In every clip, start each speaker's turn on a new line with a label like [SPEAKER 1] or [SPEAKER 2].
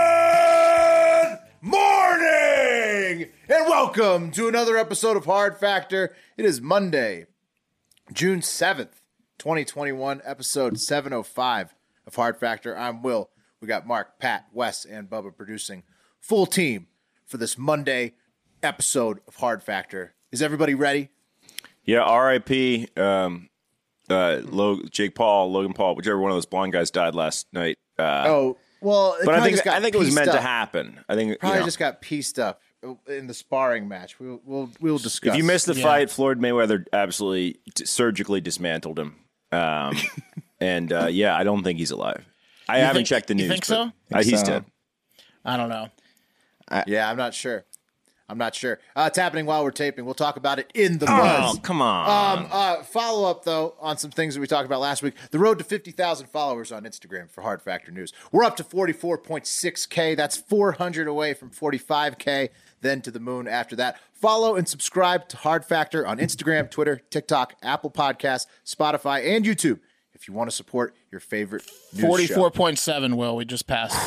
[SPEAKER 1] Good morning and welcome to another episode of Hard Factor. It is Monday, June 7th, 2021, episode 705 of Hard Factor. I'm Will. We got Mark, Pat, Wes, and Bubba producing full team for this Monday episode of Hard Factor. Is everybody ready?
[SPEAKER 2] Yeah, R.I.P. Um, uh, Lo- Jake Paul, Logan Paul, whichever one of those blonde guys died last night. Uh,
[SPEAKER 1] Oh, well, it
[SPEAKER 2] but I
[SPEAKER 1] probably
[SPEAKER 2] think
[SPEAKER 1] just got
[SPEAKER 2] I think it was
[SPEAKER 1] pieced
[SPEAKER 2] meant to
[SPEAKER 1] up.
[SPEAKER 2] happen. I think you
[SPEAKER 1] Probably
[SPEAKER 2] know,
[SPEAKER 1] just got pieced up in the sparring match. We'll we'll, we'll discuss.
[SPEAKER 2] if you missed the fight, Floyd Mayweather absolutely d- surgically dismantled him. Um, and uh, yeah, I don't think he's alive. I haven't
[SPEAKER 3] think-
[SPEAKER 2] checked the
[SPEAKER 3] you
[SPEAKER 2] news.
[SPEAKER 3] think
[SPEAKER 2] but
[SPEAKER 3] so?
[SPEAKER 2] I- he's
[SPEAKER 1] So-
[SPEAKER 2] dead.
[SPEAKER 3] I don't know.
[SPEAKER 1] Yeah, I'm not sure. I'm not sure. Uh, it's happening while we're taping. We'll talk about it in the
[SPEAKER 2] Oh
[SPEAKER 1] buzz.
[SPEAKER 2] come on!
[SPEAKER 1] Um, uh, follow up though on some things that we talked about last week. The road to 50,000 followers on Instagram for Hard Factor News. We're up to 44.6k. That's 400 away from 45k. Then to the moon after that. Follow and subscribe to Hard Factor on Instagram, Twitter, TikTok, Apple Podcasts, Spotify, and YouTube if you want to support your favorite news show.
[SPEAKER 3] Forty-four point seven. Will we just passed?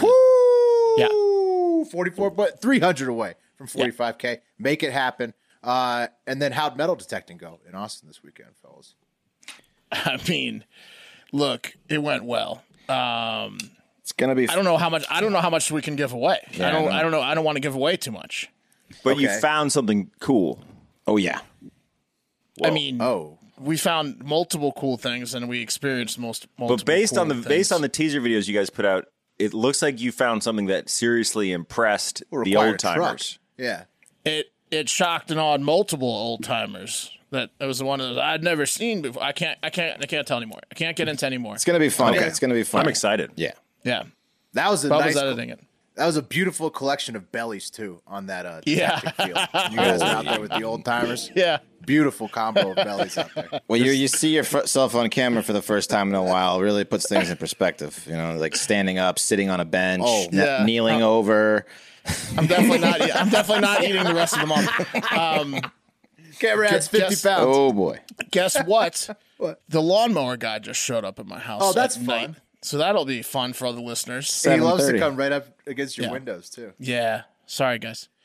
[SPEAKER 3] Yeah.
[SPEAKER 1] Ooh, 44, but 300 away from 45K. Make it happen. Uh, and then how'd metal detecting go in Austin this weekend, fellas?
[SPEAKER 3] I mean, look, it went well. Um,
[SPEAKER 4] It's gonna be.
[SPEAKER 3] I don't know how much. I don't know how much we can give away. I don't. I don't know. I don't want to give away too much.
[SPEAKER 2] but you
[SPEAKER 1] okay.
[SPEAKER 2] found something cool.
[SPEAKER 4] oh yeah.
[SPEAKER 3] I mean,
[SPEAKER 1] Oh,
[SPEAKER 3] we found multiple cool things, and we experienced most. Multiple
[SPEAKER 2] But based
[SPEAKER 3] cool
[SPEAKER 2] on the
[SPEAKER 3] things.
[SPEAKER 2] based on the teaser videos you guys put out, it looks like you found something that seriously impressed the
[SPEAKER 1] required
[SPEAKER 2] old timers.
[SPEAKER 1] truck. Yeah.
[SPEAKER 3] it, it shocked and awed multiple old timers. That that was the one that I'd never seen before. I can't. I can't. I can't tell anymore. I can't get into anymore.
[SPEAKER 4] It's gonna be fun. It's gonna be fun.
[SPEAKER 2] I'm excited.
[SPEAKER 4] Yeah.
[SPEAKER 3] Yeah,
[SPEAKER 1] That was a
[SPEAKER 3] Bubba's
[SPEAKER 1] nice,
[SPEAKER 3] editing it.
[SPEAKER 1] that was a beautiful collection of bellies too on that uh
[SPEAKER 3] Yeah.
[SPEAKER 1] detecting field. You guys are out there with the old timers.
[SPEAKER 3] Yeah.
[SPEAKER 1] Beautiful combo of bellies out there.
[SPEAKER 4] Well, you you see yourself on camera for the first time in a while. It really puts things in perspective. You know, like standing up, sitting on a bench,
[SPEAKER 1] Oh,
[SPEAKER 4] kn-
[SPEAKER 3] yeah.
[SPEAKER 4] kneeling over.
[SPEAKER 3] I'm definitely not. I'm definitely not eating the rest of them up. Um,
[SPEAKER 1] Camera adds 50
[SPEAKER 3] Just-
[SPEAKER 1] pounds.
[SPEAKER 4] Oh boy.
[SPEAKER 3] guess what? The lawnmower guy just showed up at my house.
[SPEAKER 1] Oh, that's
[SPEAKER 3] at night.
[SPEAKER 1] fun.
[SPEAKER 3] So that'll be fun for all the listeners.
[SPEAKER 1] And he loves to
[SPEAKER 4] 730.
[SPEAKER 1] come right up against your
[SPEAKER 3] Yeah.
[SPEAKER 1] windows too.
[SPEAKER 3] Yeah. Sorry, guys.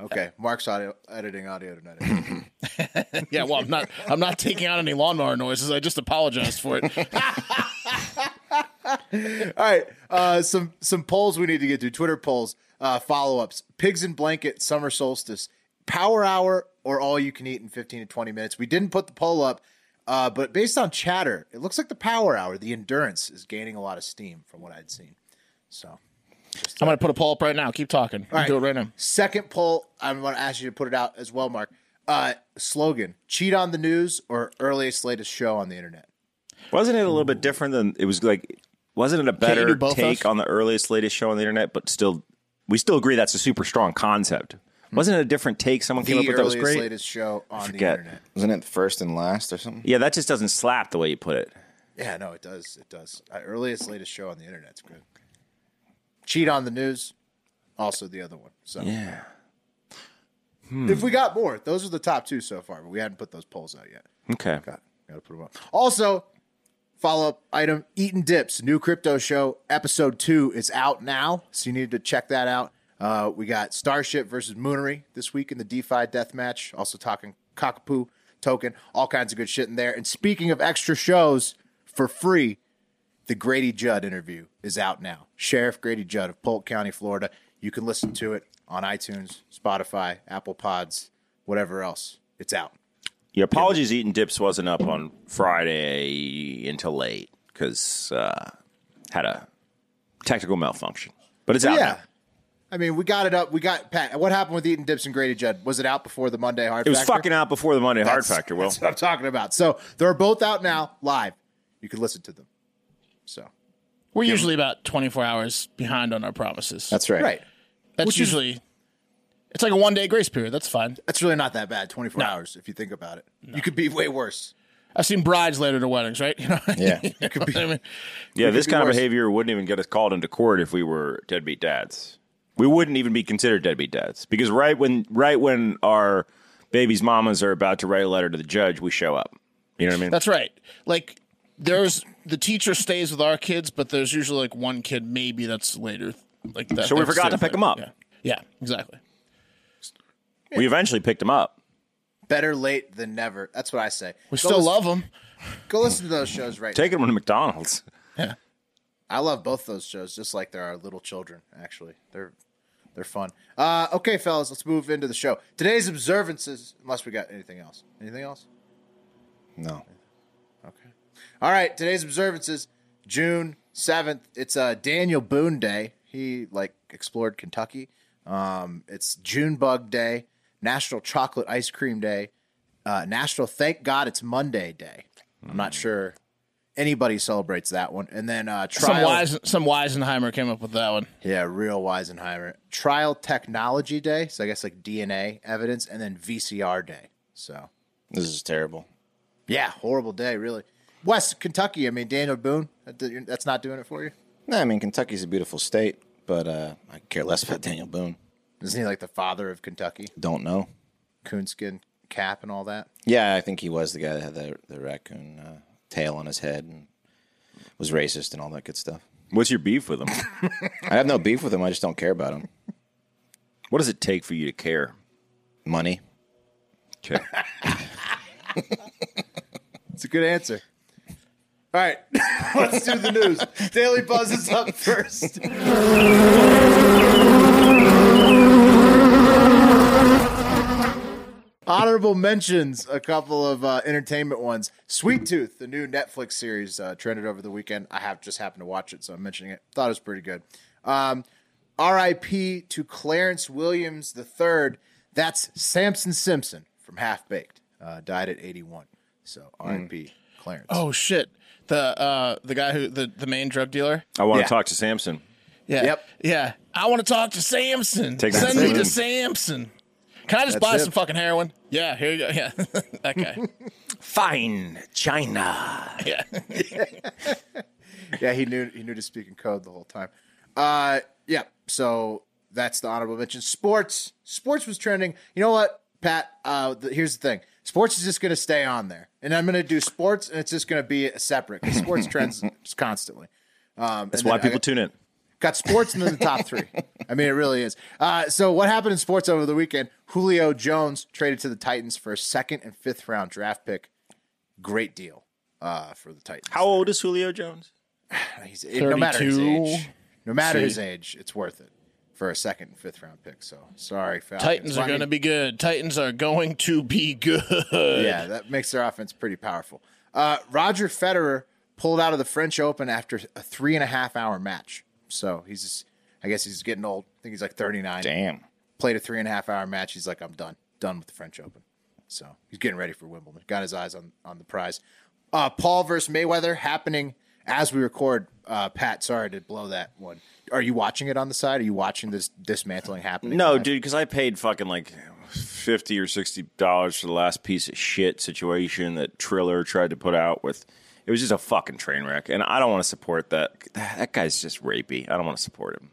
[SPEAKER 1] Okay. Mark's audio editing audio tonight.
[SPEAKER 3] Yeah. Well, I'm not. I'm not taking out any lawnmower noises. I just apologized for it.
[SPEAKER 1] All right, uh, some some polls we need to get to. Twitter polls, uh, follow ups. Pigs in blanket, summer solstice, power hour, or all you can eat in fifteen to twenty minutes. We didn't put the poll up, uh, but based on chatter, it looks like the power hour, the endurance, is gaining a lot of steam from what I'd seen. So,
[SPEAKER 3] I'm gonna put a poll up right now. Keep talking.
[SPEAKER 1] right.
[SPEAKER 3] Do it right now.
[SPEAKER 1] second poll, I want to ask you to put it out as well, Mark. Uh, slogan: Cheat on the news or earliest latest show on the internet.
[SPEAKER 2] Wasn't it a little bit
[SPEAKER 1] Mm.
[SPEAKER 2] different than it was like? Wasn't it a
[SPEAKER 3] you do
[SPEAKER 2] better
[SPEAKER 3] both
[SPEAKER 2] take
[SPEAKER 3] those?
[SPEAKER 2] on the earliest, latest show on the internet? But still, we still agree that's a super strong concept. Wasn't it a different take someone came up
[SPEAKER 1] Hmm. The
[SPEAKER 2] with that was
[SPEAKER 1] earliest
[SPEAKER 2] great?
[SPEAKER 1] latest show on the
[SPEAKER 2] forget.
[SPEAKER 1] internet.
[SPEAKER 4] Wasn't it first and last or something?
[SPEAKER 2] Yeah, that just doesn't slap the way you put it.
[SPEAKER 1] Yeah, no, it does. It does. Uh, earliest, latest show on the internet's good. Cheat on the news, also the other one. So
[SPEAKER 2] Yeah.
[SPEAKER 1] if we got more, those are the top two so far, but we hadn't put those polls out yet.
[SPEAKER 2] Okay.
[SPEAKER 1] Got to put them up. Also, follow up item: Eaton Dips, new crypto show episode two is out now, so you need to check that out. Uh, we got Starship versus Moonery this week in the DeFi death match. Also talking Cockapoo token, all kinds of good shit in there. And speaking of extra shows for free, the Grady Judd interview is out now. Sheriff Grady Judd of Polk County, Florida. You can listen to it on iTunes, Spotify, Apple Pods, whatever else. It's out.
[SPEAKER 2] Your apologies, eating dips wasn't up on Friday until late because uh, had a technical malfunction, but it's out.
[SPEAKER 1] yeah.
[SPEAKER 2] now.
[SPEAKER 1] I mean, we got it up. We got Pat. What happened with Eaton Dips and Grady Judd? Was it out before the Monday hard?
[SPEAKER 2] It was fucking out before the Monday Hard Factor. Will
[SPEAKER 1] That's what I'm talking about. So they're both out now, live. You can listen to them. So
[SPEAKER 3] We're usually about 24 hours behind on our promises.
[SPEAKER 4] That's right.
[SPEAKER 1] right,
[SPEAKER 3] That's
[SPEAKER 1] which is-
[SPEAKER 3] usually. it's like a one day grace period. That's fine.
[SPEAKER 1] that's really not that bad. 24 hours, if you think about it, you could be way worse.
[SPEAKER 3] I've seen brides later to weddings, right? You know?
[SPEAKER 4] Yeah.
[SPEAKER 3] You know what I mean?
[SPEAKER 2] Yeah, this
[SPEAKER 1] be
[SPEAKER 2] kind of
[SPEAKER 1] worse.
[SPEAKER 2] behavior wouldn't even get us called into court if we were deadbeat dads. We wouldn't even be considered deadbeat dads because right when right when our baby's mamas are about to write a letter to the judge, we show up. You know what I mean?
[SPEAKER 3] That's right. Like there's the teacher stays with our kids, but there's usually like one kid maybe that's later. Like that.
[SPEAKER 2] So we
[SPEAKER 3] that's
[SPEAKER 2] forgot to
[SPEAKER 3] later.
[SPEAKER 2] pick 'em up.
[SPEAKER 3] Yeah. Yeah, exactly.
[SPEAKER 2] we eventually picked him up.
[SPEAKER 1] Better late than never. That's what I say.
[SPEAKER 3] We still love 'em. love them.
[SPEAKER 1] Go listen to those shows right.
[SPEAKER 2] Taking him to McDonald's.
[SPEAKER 1] I love both those shows, just like they're our little children. Actually, they're they're fun. Uh, okay, fellas, let's move into the show. Today's observances, unless we got anything else. Anything else?
[SPEAKER 4] No.
[SPEAKER 1] All right, today's observances, June seventh. It's uh, Daniel Boone Day. He like explored Kentucky. Um, it's June Bug Day, National Chocolate Ice Cream Day, uh, National Thank God It's Monday Day. I'm
[SPEAKER 3] Mm.
[SPEAKER 1] not sure anybody celebrates that one. And then uh, trial.
[SPEAKER 3] Some Wise, some Weisenheimer came up with that one.
[SPEAKER 1] Yeah, real Weisenheimer. Trial Technology Day, so I guess like DNA evidence, and then VCR Day. So
[SPEAKER 4] This is terrible.
[SPEAKER 1] yeah, horrible day, really. West Kentucky. I mean, Daniel Boone. that- That's not doing it for you.
[SPEAKER 4] No, I mean Kentucky's a beautiful state, but uh, I care less about Daniel Boone.
[SPEAKER 1] Isn't he like the father of Kentucky?
[SPEAKER 4] Don't know.
[SPEAKER 1] Coonskin cap and all that.
[SPEAKER 4] Yeah, I think he was the guy that had the the raccoon uh, tail on his head and was racist and all that good stuff.
[SPEAKER 2] What's your beef with him?
[SPEAKER 4] I have no beef with him. I just don't care about him.
[SPEAKER 2] what does it take for you to care?
[SPEAKER 4] Money.
[SPEAKER 2] Okay.
[SPEAKER 1] It's a good answer. All right, let's do the news. Daily Buzz is up first. Honorable mentions, a couple of uh, entertainment ones. Sweet Tooth, the new Netflix series, uh, trended over the weekend. I have just happened to watch it, so I'm mentioning it. Thought it was pretty good. Um, R.I.P. to Clarence Williams III. That's Samson Simpson from Half Baked. Uh, died at 81. So R.I.P. Clarence.
[SPEAKER 3] Oh shit. The uh the guy who the, the main drug dealer.
[SPEAKER 2] I want
[SPEAKER 1] Yeah.
[SPEAKER 2] to talk to Samson.
[SPEAKER 3] Yeah.
[SPEAKER 1] Yep.
[SPEAKER 3] Yeah. I want to talk to Samson.
[SPEAKER 2] Take that
[SPEAKER 3] Send me to
[SPEAKER 2] Samson.
[SPEAKER 3] Samson. Can I just buy
[SPEAKER 1] it.
[SPEAKER 3] some fucking heroin? Yeah, here you go. Yeah. that guy.
[SPEAKER 2] Fine China.
[SPEAKER 3] Yeah.
[SPEAKER 1] yeah, he knew he knew to speak in code the whole time. Uh, yeah. So that's the honorable mention. Sports, sports was trending. You know what, Pat? Uh, the, here's the thing: sports is just going to stay on there, and I'm going to do sports, and it's just going to be separate. 'cause Sports trends constantly. Um,
[SPEAKER 2] That's why people
[SPEAKER 1] got,
[SPEAKER 2] tune in.
[SPEAKER 1] got sports and then the top three. I mean, it really is. Uh, so what happened in sports over the weekend? Julio Jones traded to the Titans for a second and fifth round draft pick. Great deal uh, for the Titans.
[SPEAKER 2] How old is Julio Jones?
[SPEAKER 1] He's, it- no matter his
[SPEAKER 3] 32.
[SPEAKER 1] age, no matter
[SPEAKER 3] See.
[SPEAKER 1] his age, it's worth it for a second and fifth round pick. So sorry, Falcons.
[SPEAKER 3] Titans
[SPEAKER 1] Well,
[SPEAKER 3] are
[SPEAKER 1] I
[SPEAKER 3] going to
[SPEAKER 1] mean,
[SPEAKER 3] be good. Titans are going to be good.
[SPEAKER 1] Yeah, that makes their offense pretty powerful. Uh, Roger Federer pulled out of the French Open after a three and a half hour match. So he's, just, I guess he's getting old. I think he's like thirty nine.
[SPEAKER 4] Damn.
[SPEAKER 1] Played a three and a half hour match. He's like, I'm done, done with the French Open. So he's getting ready for Wimbledon. Got his eyes on on the prize. Uh, Paul versus Mayweather happening as we record. Uh, Pat, sorry to blow that one. Are you watching it on the side? Are you watching this dismantling happening?
[SPEAKER 2] No,
[SPEAKER 1] live?
[SPEAKER 2] dude, because I paid fucking like fifty or sixty dollars for the last piece of shit situation that Triller tried to put out with. It was just a fucking train wreck, and I don't want to support that. That that guy's just rapey. I don't want to support him.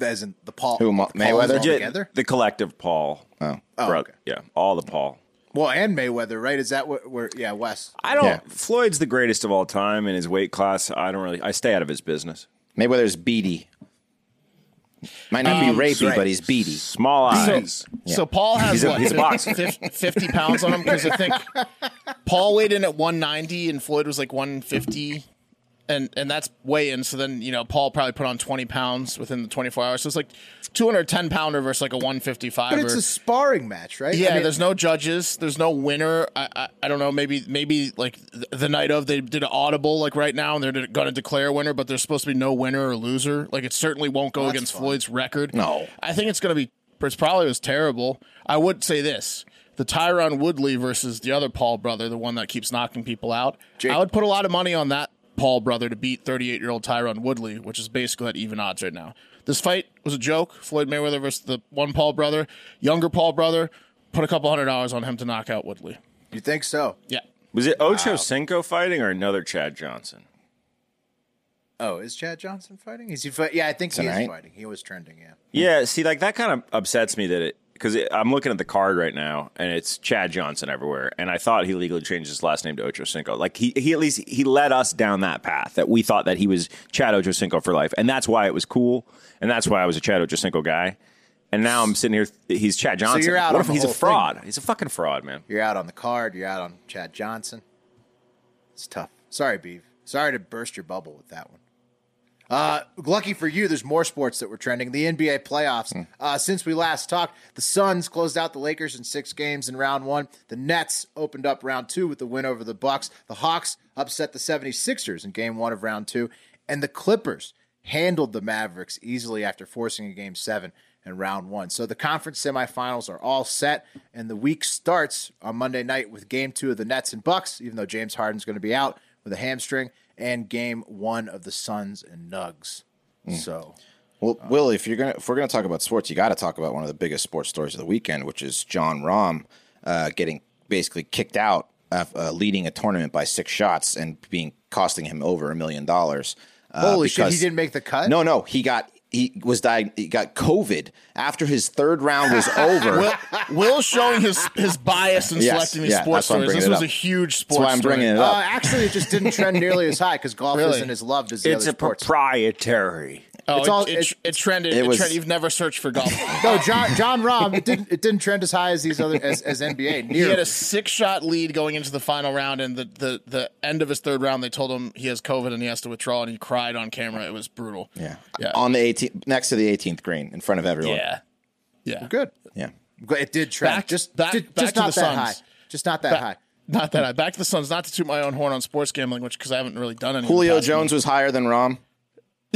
[SPEAKER 1] that isn't the Paul.
[SPEAKER 4] Who, Ma-
[SPEAKER 1] the Pauls
[SPEAKER 4] Mayweather?
[SPEAKER 1] all
[SPEAKER 4] Yeah.
[SPEAKER 1] together?
[SPEAKER 2] The collective Paul. Oh,
[SPEAKER 1] okay.
[SPEAKER 2] yeah, all the Paul.
[SPEAKER 1] Well, and Mayweather, right? Is that what? Where? Yeah, Wes.
[SPEAKER 2] I don't.
[SPEAKER 4] Yeah.
[SPEAKER 2] Floyd's the greatest of all time in his weight class. I don't really. I stay out of his business.
[SPEAKER 4] Mayweather's beady. Might not be rapey,
[SPEAKER 1] Um, right.
[SPEAKER 4] but he's beady.
[SPEAKER 2] Small eyes.
[SPEAKER 3] So Paul has
[SPEAKER 2] He's a-
[SPEAKER 3] what,
[SPEAKER 2] he's a
[SPEAKER 3] fif-
[SPEAKER 2] boxer.
[SPEAKER 3] fif- 50 pounds on him because I think Paul weighed in at 190 and Floyd was like 150. and and that's weigh in. So then you know Paul probably put on twenty pounds within the twenty four hours. So it's like two hundred ten pounder versus like a one fifty five.
[SPEAKER 1] But it's a sparring match, right?
[SPEAKER 3] Yeah, there's no judges. There's no winner. I, I, I don't know. Maybe maybe like th- the night of they did an audible like right now, and they're de- going to declare a winner, but there's supposed to be no winner or loser. Like it certainly won't go against Floyd's record.
[SPEAKER 4] No.
[SPEAKER 3] I think it's going to be. It's probably was terrible. I would say this: the Tyron Woodley versus the other Paul brother, the one that keeps knocking people out. I would put a lot of money on that Paul brother to beat 38 year old Tyron Woodley, which is basically at even odds right now. This fight was a joke. Floyd Mayweather versus the one Paul brother, younger Paul brother. Put a couple hundred dollars on him to knock out Woodley.
[SPEAKER 1] you think so?
[SPEAKER 3] Yeah.
[SPEAKER 2] Was it Ocho Cinco fighting or another Chad Johnson?
[SPEAKER 1] Oh, is Chad Johnson fighting? Is he? Fight? Yeah, I think he
[SPEAKER 4] Tonight?
[SPEAKER 1] is fighting. He was trending. Yeah.
[SPEAKER 2] Yeah, see, like that kind of upsets me that it because I'm looking at the card right now and it's Chad Johnson everywhere, and I thought he legally changed his last name to Ocho Cinco. Like he, he at least he led us down that path that we thought that he was Chad Ocho Cinco for life, and that's why it was cool, and that's why I was a Chad Ocho Cinco guy. And now I'm sitting here. He's Chad Johnson.
[SPEAKER 1] you're out
[SPEAKER 2] What
[SPEAKER 1] on
[SPEAKER 2] if
[SPEAKER 1] the
[SPEAKER 2] he's a
[SPEAKER 1] whole thing.
[SPEAKER 2] fraud? He's a fucking fraud, man.
[SPEAKER 1] You're out on the card. You're out on Chad Johnson. It's tough. Sorry, Beav. Sorry to burst your bubble with that one. Uh, lucky for you, there's more sports that were trending. The NBA playoffs. Uh, since we last talked, the Suns closed out the Lakers in six games in round one. The Nets opened up round two with the win over the Bucks. The Hawks upset the 76ers in game one of round two. And the Clippers handled the Mavericks easily after forcing a game seven in round one. So the conference semifinals are all set, and the week starts on Monday night with game two of the Nets and Bucks, even though James Harden's going to be out with a hamstring, and game one of the Suns and Nugs.
[SPEAKER 4] Mm.
[SPEAKER 1] So
[SPEAKER 4] Well, Will, if you're gonna if we're gonna talk about sports, you got to talk about one of the biggest sports stories of the weekend, which is John Rahm uh, getting basically kicked out of uh, leading a tournament by six shots and being costing him over a million dollars. uh,
[SPEAKER 1] holy shit, he
[SPEAKER 4] because-
[SPEAKER 1] didn't make the cut.
[SPEAKER 4] No, no, he got he was di- he got COVID after his third round was over.
[SPEAKER 3] Will, Will's showing his, his bias in
[SPEAKER 4] Yes,
[SPEAKER 3] selecting these
[SPEAKER 4] yeah,
[SPEAKER 3] sports
[SPEAKER 4] that's why I'm
[SPEAKER 3] stories. This
[SPEAKER 4] bringing it
[SPEAKER 3] was
[SPEAKER 4] up.
[SPEAKER 3] a huge
[SPEAKER 4] That's
[SPEAKER 3] sports
[SPEAKER 4] why I'm bringing it
[SPEAKER 3] story.
[SPEAKER 1] Uh,
[SPEAKER 4] up.
[SPEAKER 1] actually, it just didn't trend nearly as high because golf
[SPEAKER 3] Really?
[SPEAKER 1] isn't as loved as the
[SPEAKER 2] It's
[SPEAKER 1] other
[SPEAKER 2] a
[SPEAKER 1] sports.
[SPEAKER 2] proprietary.
[SPEAKER 3] Oh,
[SPEAKER 1] It's all-
[SPEAKER 3] it, it, it trended.
[SPEAKER 4] it
[SPEAKER 3] It
[SPEAKER 4] was-
[SPEAKER 3] trended. You've never searched for golf.
[SPEAKER 1] no, John John Rahm, it didn't it didn't trend as high as these other as, as NBA.
[SPEAKER 3] he
[SPEAKER 1] Nearly.
[SPEAKER 3] had a six shot lead going into the final round and the, the the end of his third round they told him he has covid and he has to withdraw and he cried on camera it was brutal
[SPEAKER 4] yeah.
[SPEAKER 3] yeah
[SPEAKER 4] on the 18th, next to the 18th green, in front of everyone.
[SPEAKER 3] yeah yeah
[SPEAKER 1] good.
[SPEAKER 4] yeah.
[SPEAKER 1] But it did trend.
[SPEAKER 3] Back-
[SPEAKER 1] just
[SPEAKER 3] back-
[SPEAKER 1] ju- just,
[SPEAKER 3] back to
[SPEAKER 1] not
[SPEAKER 3] the
[SPEAKER 1] that high.
[SPEAKER 3] Suns.
[SPEAKER 1] Just not that
[SPEAKER 3] Ba-
[SPEAKER 1] high.
[SPEAKER 3] not that I back to the Suns not to toot my own horn on sports gambling which because I haven't really done any
[SPEAKER 4] Julio Jones was higher than Rahm.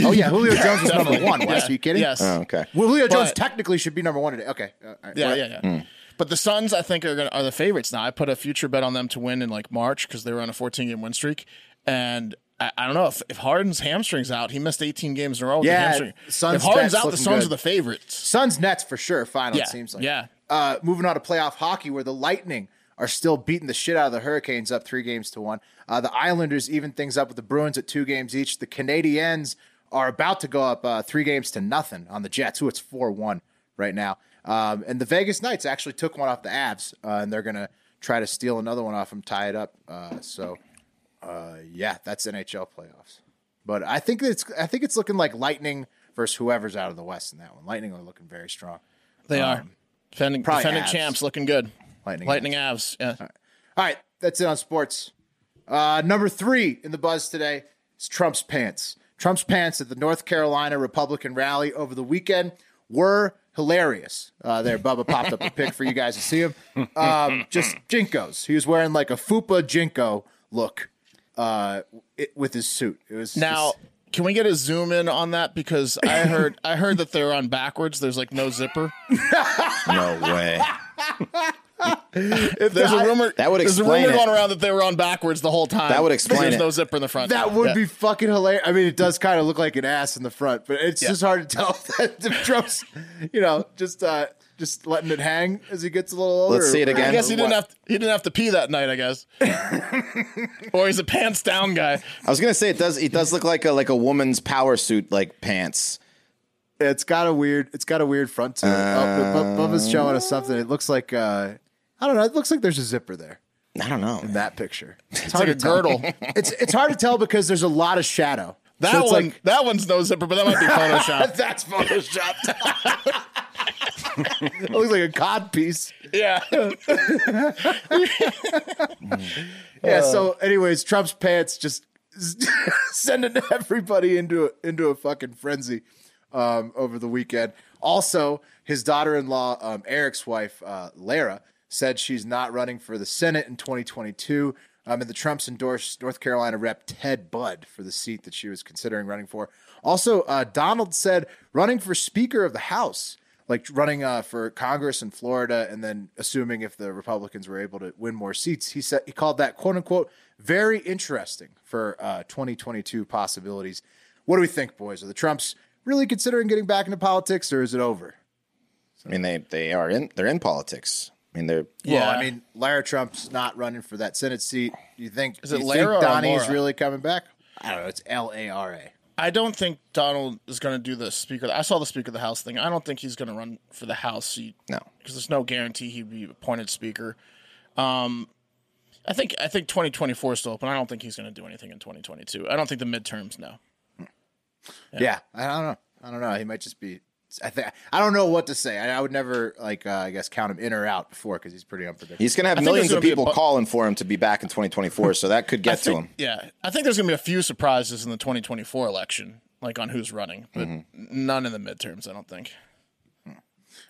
[SPEAKER 1] Oh yeah, Julio Jones was number one. Wes,
[SPEAKER 3] yeah.
[SPEAKER 1] are you kidding?
[SPEAKER 3] yes
[SPEAKER 4] Oh, okay.
[SPEAKER 1] Well, Julio Jones
[SPEAKER 3] But-
[SPEAKER 1] technically should be number one today. Okay. Uh, all right.
[SPEAKER 3] yeah yeah yeah. But the Suns, I think, are gonna, are the favorites now. I put a future bet on them to win in like March because they were on a 14 game win streak, and I, I don't know if, if Harden's hamstrings out. He missed 18 games in a row. With
[SPEAKER 1] Yeah,
[SPEAKER 3] the hamstring.
[SPEAKER 1] Suns
[SPEAKER 3] if Harden's
[SPEAKER 1] bet's
[SPEAKER 3] out, the
[SPEAKER 1] looking
[SPEAKER 3] Suns
[SPEAKER 1] good.
[SPEAKER 3] are the favorites.
[SPEAKER 1] Suns Nets for sure. Final
[SPEAKER 3] Yeah,
[SPEAKER 1] it seems like.
[SPEAKER 3] yeah.
[SPEAKER 1] Uh, moving on to playoff hockey, where the Lightning are still beating the shit out of the Hurricanes, up three games to one. Uh, the Islanders even things up with the Bruins at two games each. The Canadiens are about to go up uh, three games to nothing on the Jets, who it's four one right now. Um, and the Vegas Knights actually took one off the Abs, uh, and they're gonna try to steal another one off them, tie it up. Uh, so, uh, yeah, that's NHL playoffs. But I think it's I think it's looking like Lightning versus whoever's out of the West in that one. Lightning are looking very strong.
[SPEAKER 3] They are Um, defending,
[SPEAKER 1] probably
[SPEAKER 3] defending
[SPEAKER 1] Avs.
[SPEAKER 3] champs, looking good.
[SPEAKER 1] Lightning
[SPEAKER 3] Lightning Avs. Yeah.
[SPEAKER 1] All right, that's it on sports. Uh, number three in the buzz today is Trump's pants. Trump's pants at the North Carolina Republican rally over the weekend were hilarious. Uh, there, Bubba popped up a pic for you guys to see him. Um, just jinkos. He was wearing like a fupa jinko look uh, it, with his suit. It was
[SPEAKER 3] Now,
[SPEAKER 1] just-
[SPEAKER 3] can we get a zoom in on that? Because I heard I heard that they're on backwards. There's like no zipper.
[SPEAKER 4] No way.
[SPEAKER 3] There's a rumor
[SPEAKER 4] That would
[SPEAKER 3] There's a
[SPEAKER 4] explain
[SPEAKER 3] rumor
[SPEAKER 4] it.
[SPEAKER 3] going around that they were on backwards the whole time.
[SPEAKER 4] That would explain
[SPEAKER 3] There's
[SPEAKER 4] it.
[SPEAKER 3] no zipper in the front.
[SPEAKER 1] that would
[SPEAKER 3] Yeah.
[SPEAKER 1] be fucking hilarious. I mean, it does kind of look like an ass in the front, but it's just hard to tell that if Trump's, you know, just uh, just letting it hang as he gets a little older.
[SPEAKER 4] Let's see it
[SPEAKER 1] or-
[SPEAKER 4] again.
[SPEAKER 3] I guess he
[SPEAKER 1] or
[SPEAKER 3] didn't
[SPEAKER 1] what.
[SPEAKER 3] have to, he didn't have to pee that night. I guess, or he's a pants down guy.
[SPEAKER 4] I was gonna say it does. It does look like a like a woman's power suit like pants.
[SPEAKER 1] It's got a weird. It's got a weird front to it. oh, Bu- Bu- Bubba's showing us something. It looks like uh, I don't know. It looks like there's a zipper there.
[SPEAKER 4] I don't know.
[SPEAKER 1] in That picture. It's,
[SPEAKER 3] It's like a girdle.
[SPEAKER 1] it's it's hard to tell because there's a lot of shadow.
[SPEAKER 3] That
[SPEAKER 1] So it's
[SPEAKER 3] one,
[SPEAKER 1] like-
[SPEAKER 3] that one's no zipper, but that might be Photoshop.
[SPEAKER 1] that's photoshopped. it looks like a cod piece.
[SPEAKER 3] yeah,
[SPEAKER 1] Yeah. so, anyways, Trump's pants just sending everybody into a, into a fucking frenzy um, over the weekend. Also, his daughter-in-law, um, Eric's wife, uh, Lara, said she's not running for the Senate in 2022. Um, and the Trumps endorsed North Carolina Rep Ted Budd for the seat that she was considering running for. Also, uh, Donald said running for Speaker of the House like running uh, for Congress in Florida, and then assuming if the Republicans were able to win more seats, he said he called that "quote unquote" very interesting for uh, 2022 possibilities. What do we think, boys? Are the Trumps really considering getting back into politics, or is it over?
[SPEAKER 4] I mean, they they are in they're in politics. I mean, they're
[SPEAKER 3] Yeah.
[SPEAKER 1] Well, I mean, Lara Trump's not running for that Senate seat. You think? Is
[SPEAKER 3] it
[SPEAKER 1] you
[SPEAKER 3] Lara or
[SPEAKER 1] think Donnie's
[SPEAKER 3] Laura?
[SPEAKER 1] really coming back? I don't know. It's L A R A.
[SPEAKER 3] I don't think Donald is going to do the Speaker. I saw the Speaker of the House thing. I don't think he's going to run for the House seat.
[SPEAKER 4] No.
[SPEAKER 3] because there's no guarantee he'd be appointed Speaker. Um, I think I think 2024 is still open. I don't think he's going to do anything in 2022. I don't think the midterms. No,
[SPEAKER 1] Yeah, I don't know. I don't know. He might just be. I think I don't know what to say. I, I would never like. Uh, I guess count him in or out before because he's pretty unpredictable.
[SPEAKER 4] he's going to have
[SPEAKER 3] think
[SPEAKER 4] millions
[SPEAKER 3] there's
[SPEAKER 4] of
[SPEAKER 3] gonna be a
[SPEAKER 4] people
[SPEAKER 3] bu-
[SPEAKER 4] calling for him to be back in 2024, so that could
[SPEAKER 3] I
[SPEAKER 4] get to
[SPEAKER 3] think-
[SPEAKER 4] him.
[SPEAKER 3] Yeah, I think there's going to be a few surprises in the 2024 election, like on who's running, but none in the midterms. I don't think.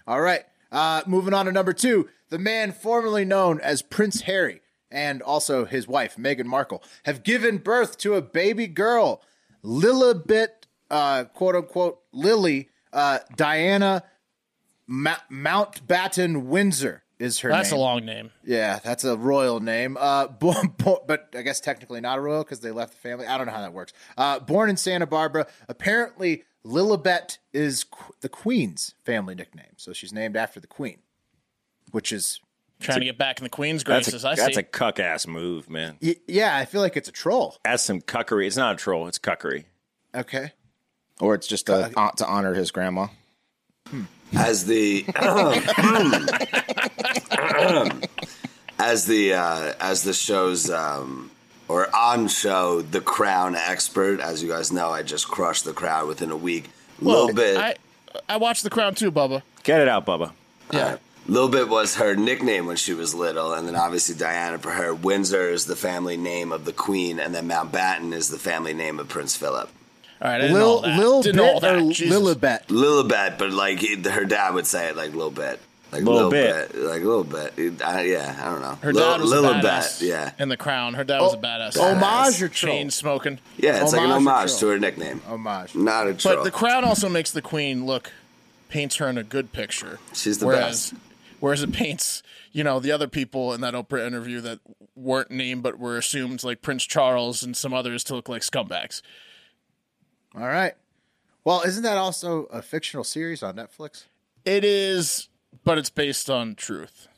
[SPEAKER 1] All right. Uh, moving on to number two, the man formerly known as Prince Harry and also his wife Meghan Markle have given birth to a baby girl, Lilibet, uh, quote unquote Lily uh, Diana Ma- Mountbatten Windsor is her.
[SPEAKER 3] That's
[SPEAKER 1] name.
[SPEAKER 3] a long name.
[SPEAKER 1] Yeah, that's a royal name. Uh, born, born, but I guess technically not a royal because they left the family. I don't know how that works. Uh, born in Santa Barbara, apparently Lilibet is qu- the Queen's family nickname, so she's named after the Queen, which is
[SPEAKER 3] Trying to get back in the Queen's
[SPEAKER 2] That's
[SPEAKER 3] graces.
[SPEAKER 2] a,
[SPEAKER 3] I
[SPEAKER 2] that's
[SPEAKER 3] see.
[SPEAKER 2] a cuck ass move, man.
[SPEAKER 1] y- yeah. I feel like it's a troll.
[SPEAKER 2] That's some cuckery. It's not a troll. It's cuckery.
[SPEAKER 1] Okay,
[SPEAKER 4] Or it's just a, uh, to honor his grandma.
[SPEAKER 5] As the as the uh, as the show's um, or on show, the Crown expert. As you guys know, I just crushed the Crown within a week. little bit,
[SPEAKER 3] I I watched The Crown too, Bubba.
[SPEAKER 2] Get it out, Bubba.
[SPEAKER 3] Yeah,
[SPEAKER 5] little bit was her nickname when she was little, and then obviously Diana for her. Windsor is the family name of the Queen, and then Mountbatten is the family name of Prince Philip.
[SPEAKER 3] all right. I didn't know all
[SPEAKER 1] Lil
[SPEAKER 3] that.
[SPEAKER 1] Lil
[SPEAKER 3] didn't know all
[SPEAKER 1] Bit or
[SPEAKER 3] that. Jesus.
[SPEAKER 1] Lilibet.
[SPEAKER 5] Lilibet, but like it- her dad would say it like little bit, like
[SPEAKER 2] Little
[SPEAKER 5] little
[SPEAKER 2] bit.
[SPEAKER 5] bit, like little bit. It- I- yeah, I don't know.
[SPEAKER 3] Her
[SPEAKER 5] Lil-
[SPEAKER 3] dad was a
[SPEAKER 5] Lilibet,
[SPEAKER 3] badass.
[SPEAKER 5] yeah,
[SPEAKER 3] In the crown, her dad was a badass.
[SPEAKER 1] Homage or troll?
[SPEAKER 3] chain smoking.
[SPEAKER 5] yeah. It's like
[SPEAKER 1] Homage
[SPEAKER 5] an
[SPEAKER 1] or
[SPEAKER 5] homage to
[SPEAKER 1] troll?
[SPEAKER 5] her nickname.
[SPEAKER 1] Homage.
[SPEAKER 5] Not a
[SPEAKER 3] But
[SPEAKER 5] troll.
[SPEAKER 3] the crown also makes the queen look paints her in a good picture.
[SPEAKER 5] She's the
[SPEAKER 3] whereas,
[SPEAKER 5] best.
[SPEAKER 3] Whereas it paints you know the other people in that Oprah interview that weren't named but were assumed like Prince Charles and some others to look like scumbags.
[SPEAKER 1] All right. Well, isn't that also a fictional series on Netflix?
[SPEAKER 3] It is, but it's based on truth.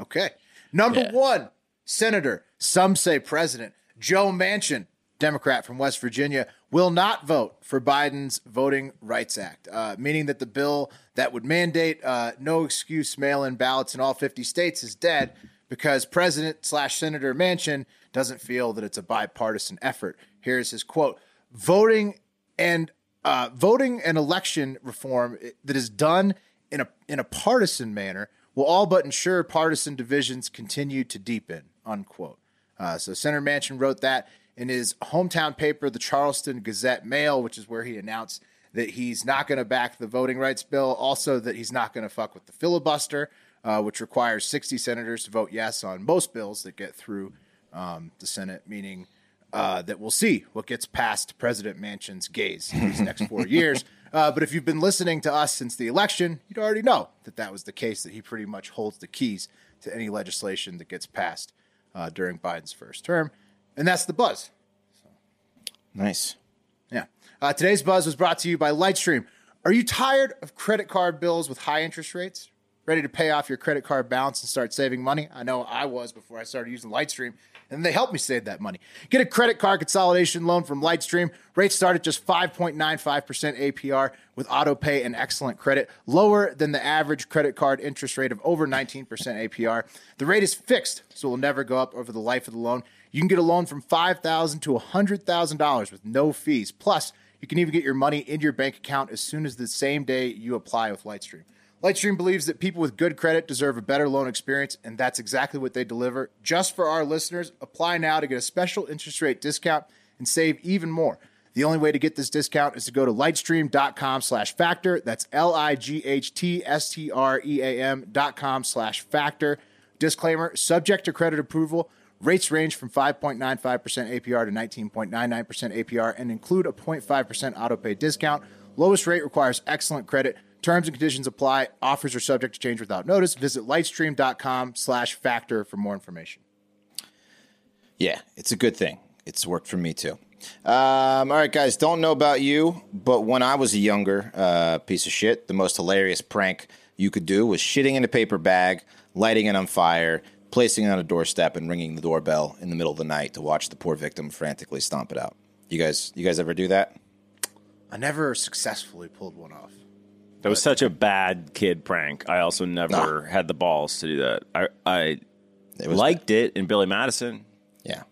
[SPEAKER 1] Okay. Number
[SPEAKER 3] Yeah.
[SPEAKER 1] one, Senator, some say President Joe Manchin, Democrat from West Virginia, will not vote for Biden's Voting Rights Act, uh, meaning that the bill that would mandate uh, no excuse mail in ballots in all 50 states is dead because President slash Senator Manchin doesn't feel that it's a bipartisan effort. Here's his quote Voting and uh, voting and election reform i- that is done in a in a partisan manner will all but ensure partisan divisions continue to deepen. Unquote. Uh, so Senator Manchin wrote that in his hometown paper, the Charleston Gazette Mail, which is where he announced that he's not going to back the voting rights bill, also that he's not going to fuck with the filibuster, uh, which requires 60 senators to vote yes on most bills that get through um, the Senate, meaning uh, that we'll see what gets past President Manchin's gaze these next four years. Uh, but if you've been listening to us since the election, you'd already know that that was the case, that he pretty much holds the keys to any legislation that gets passed uh, during Biden's first term. And that's the buzz.
[SPEAKER 4] Nice.
[SPEAKER 1] Yeah. Uh, today's buzz was brought to you by Lightstream. Are you tired of credit card bills with high interest rates? Ready to pay off your credit card balance and start saving money? I know I was before I started using Lightstream, and they helped me save that money. Get a credit card consolidation loan from Lightstream. Rates start at just 5.95% APR with auto pay and excellent credit, lower than the average credit card interest rate of over 19% APR. The rate is fixed, so it will never go up over the life of the loan. You can get a loan from $5,000 to $100,000 with no fees. Plus, you can even get your money into your bank account as soon as the same day you apply with Lightstream. Lightstream believes that people with good credit deserve a better loan experience, and that's exactly what they deliver. Just for our listeners, apply now to get a special interest rate discount and save even more. The only way to get this discount is to go to lightstream.com slash factor. That's L I G H T S T R E A M dot com slash factor. Disclaimer subject to credit approval. Rates range from 5.95% APR to 19.99% APR and include a 0.5% autopay discount. Lowest rate requires excellent credit. Terms and conditions apply. Offers are subject to change without notice. Visit lightstream.com slash factor for more information.
[SPEAKER 4] Yeah, it's a good thing. It's worked for me too. Um, all right, guys, don't know about you, but when I was a younger uh, piece of shit, the most hilarious prank you could do was shitting in a paper bag, lighting it on fire, placing it on a doorstep, and ringing the doorbell in the middle of the night to watch the poor victim frantically stomp it out. You guys, you guys ever do that?
[SPEAKER 1] I never successfully pulled one off.
[SPEAKER 2] That was such a bad kid prank. I also never had the balls to do that. I, I
[SPEAKER 4] Ah. It
[SPEAKER 2] liked it in Billy Madison.
[SPEAKER 4] yeah.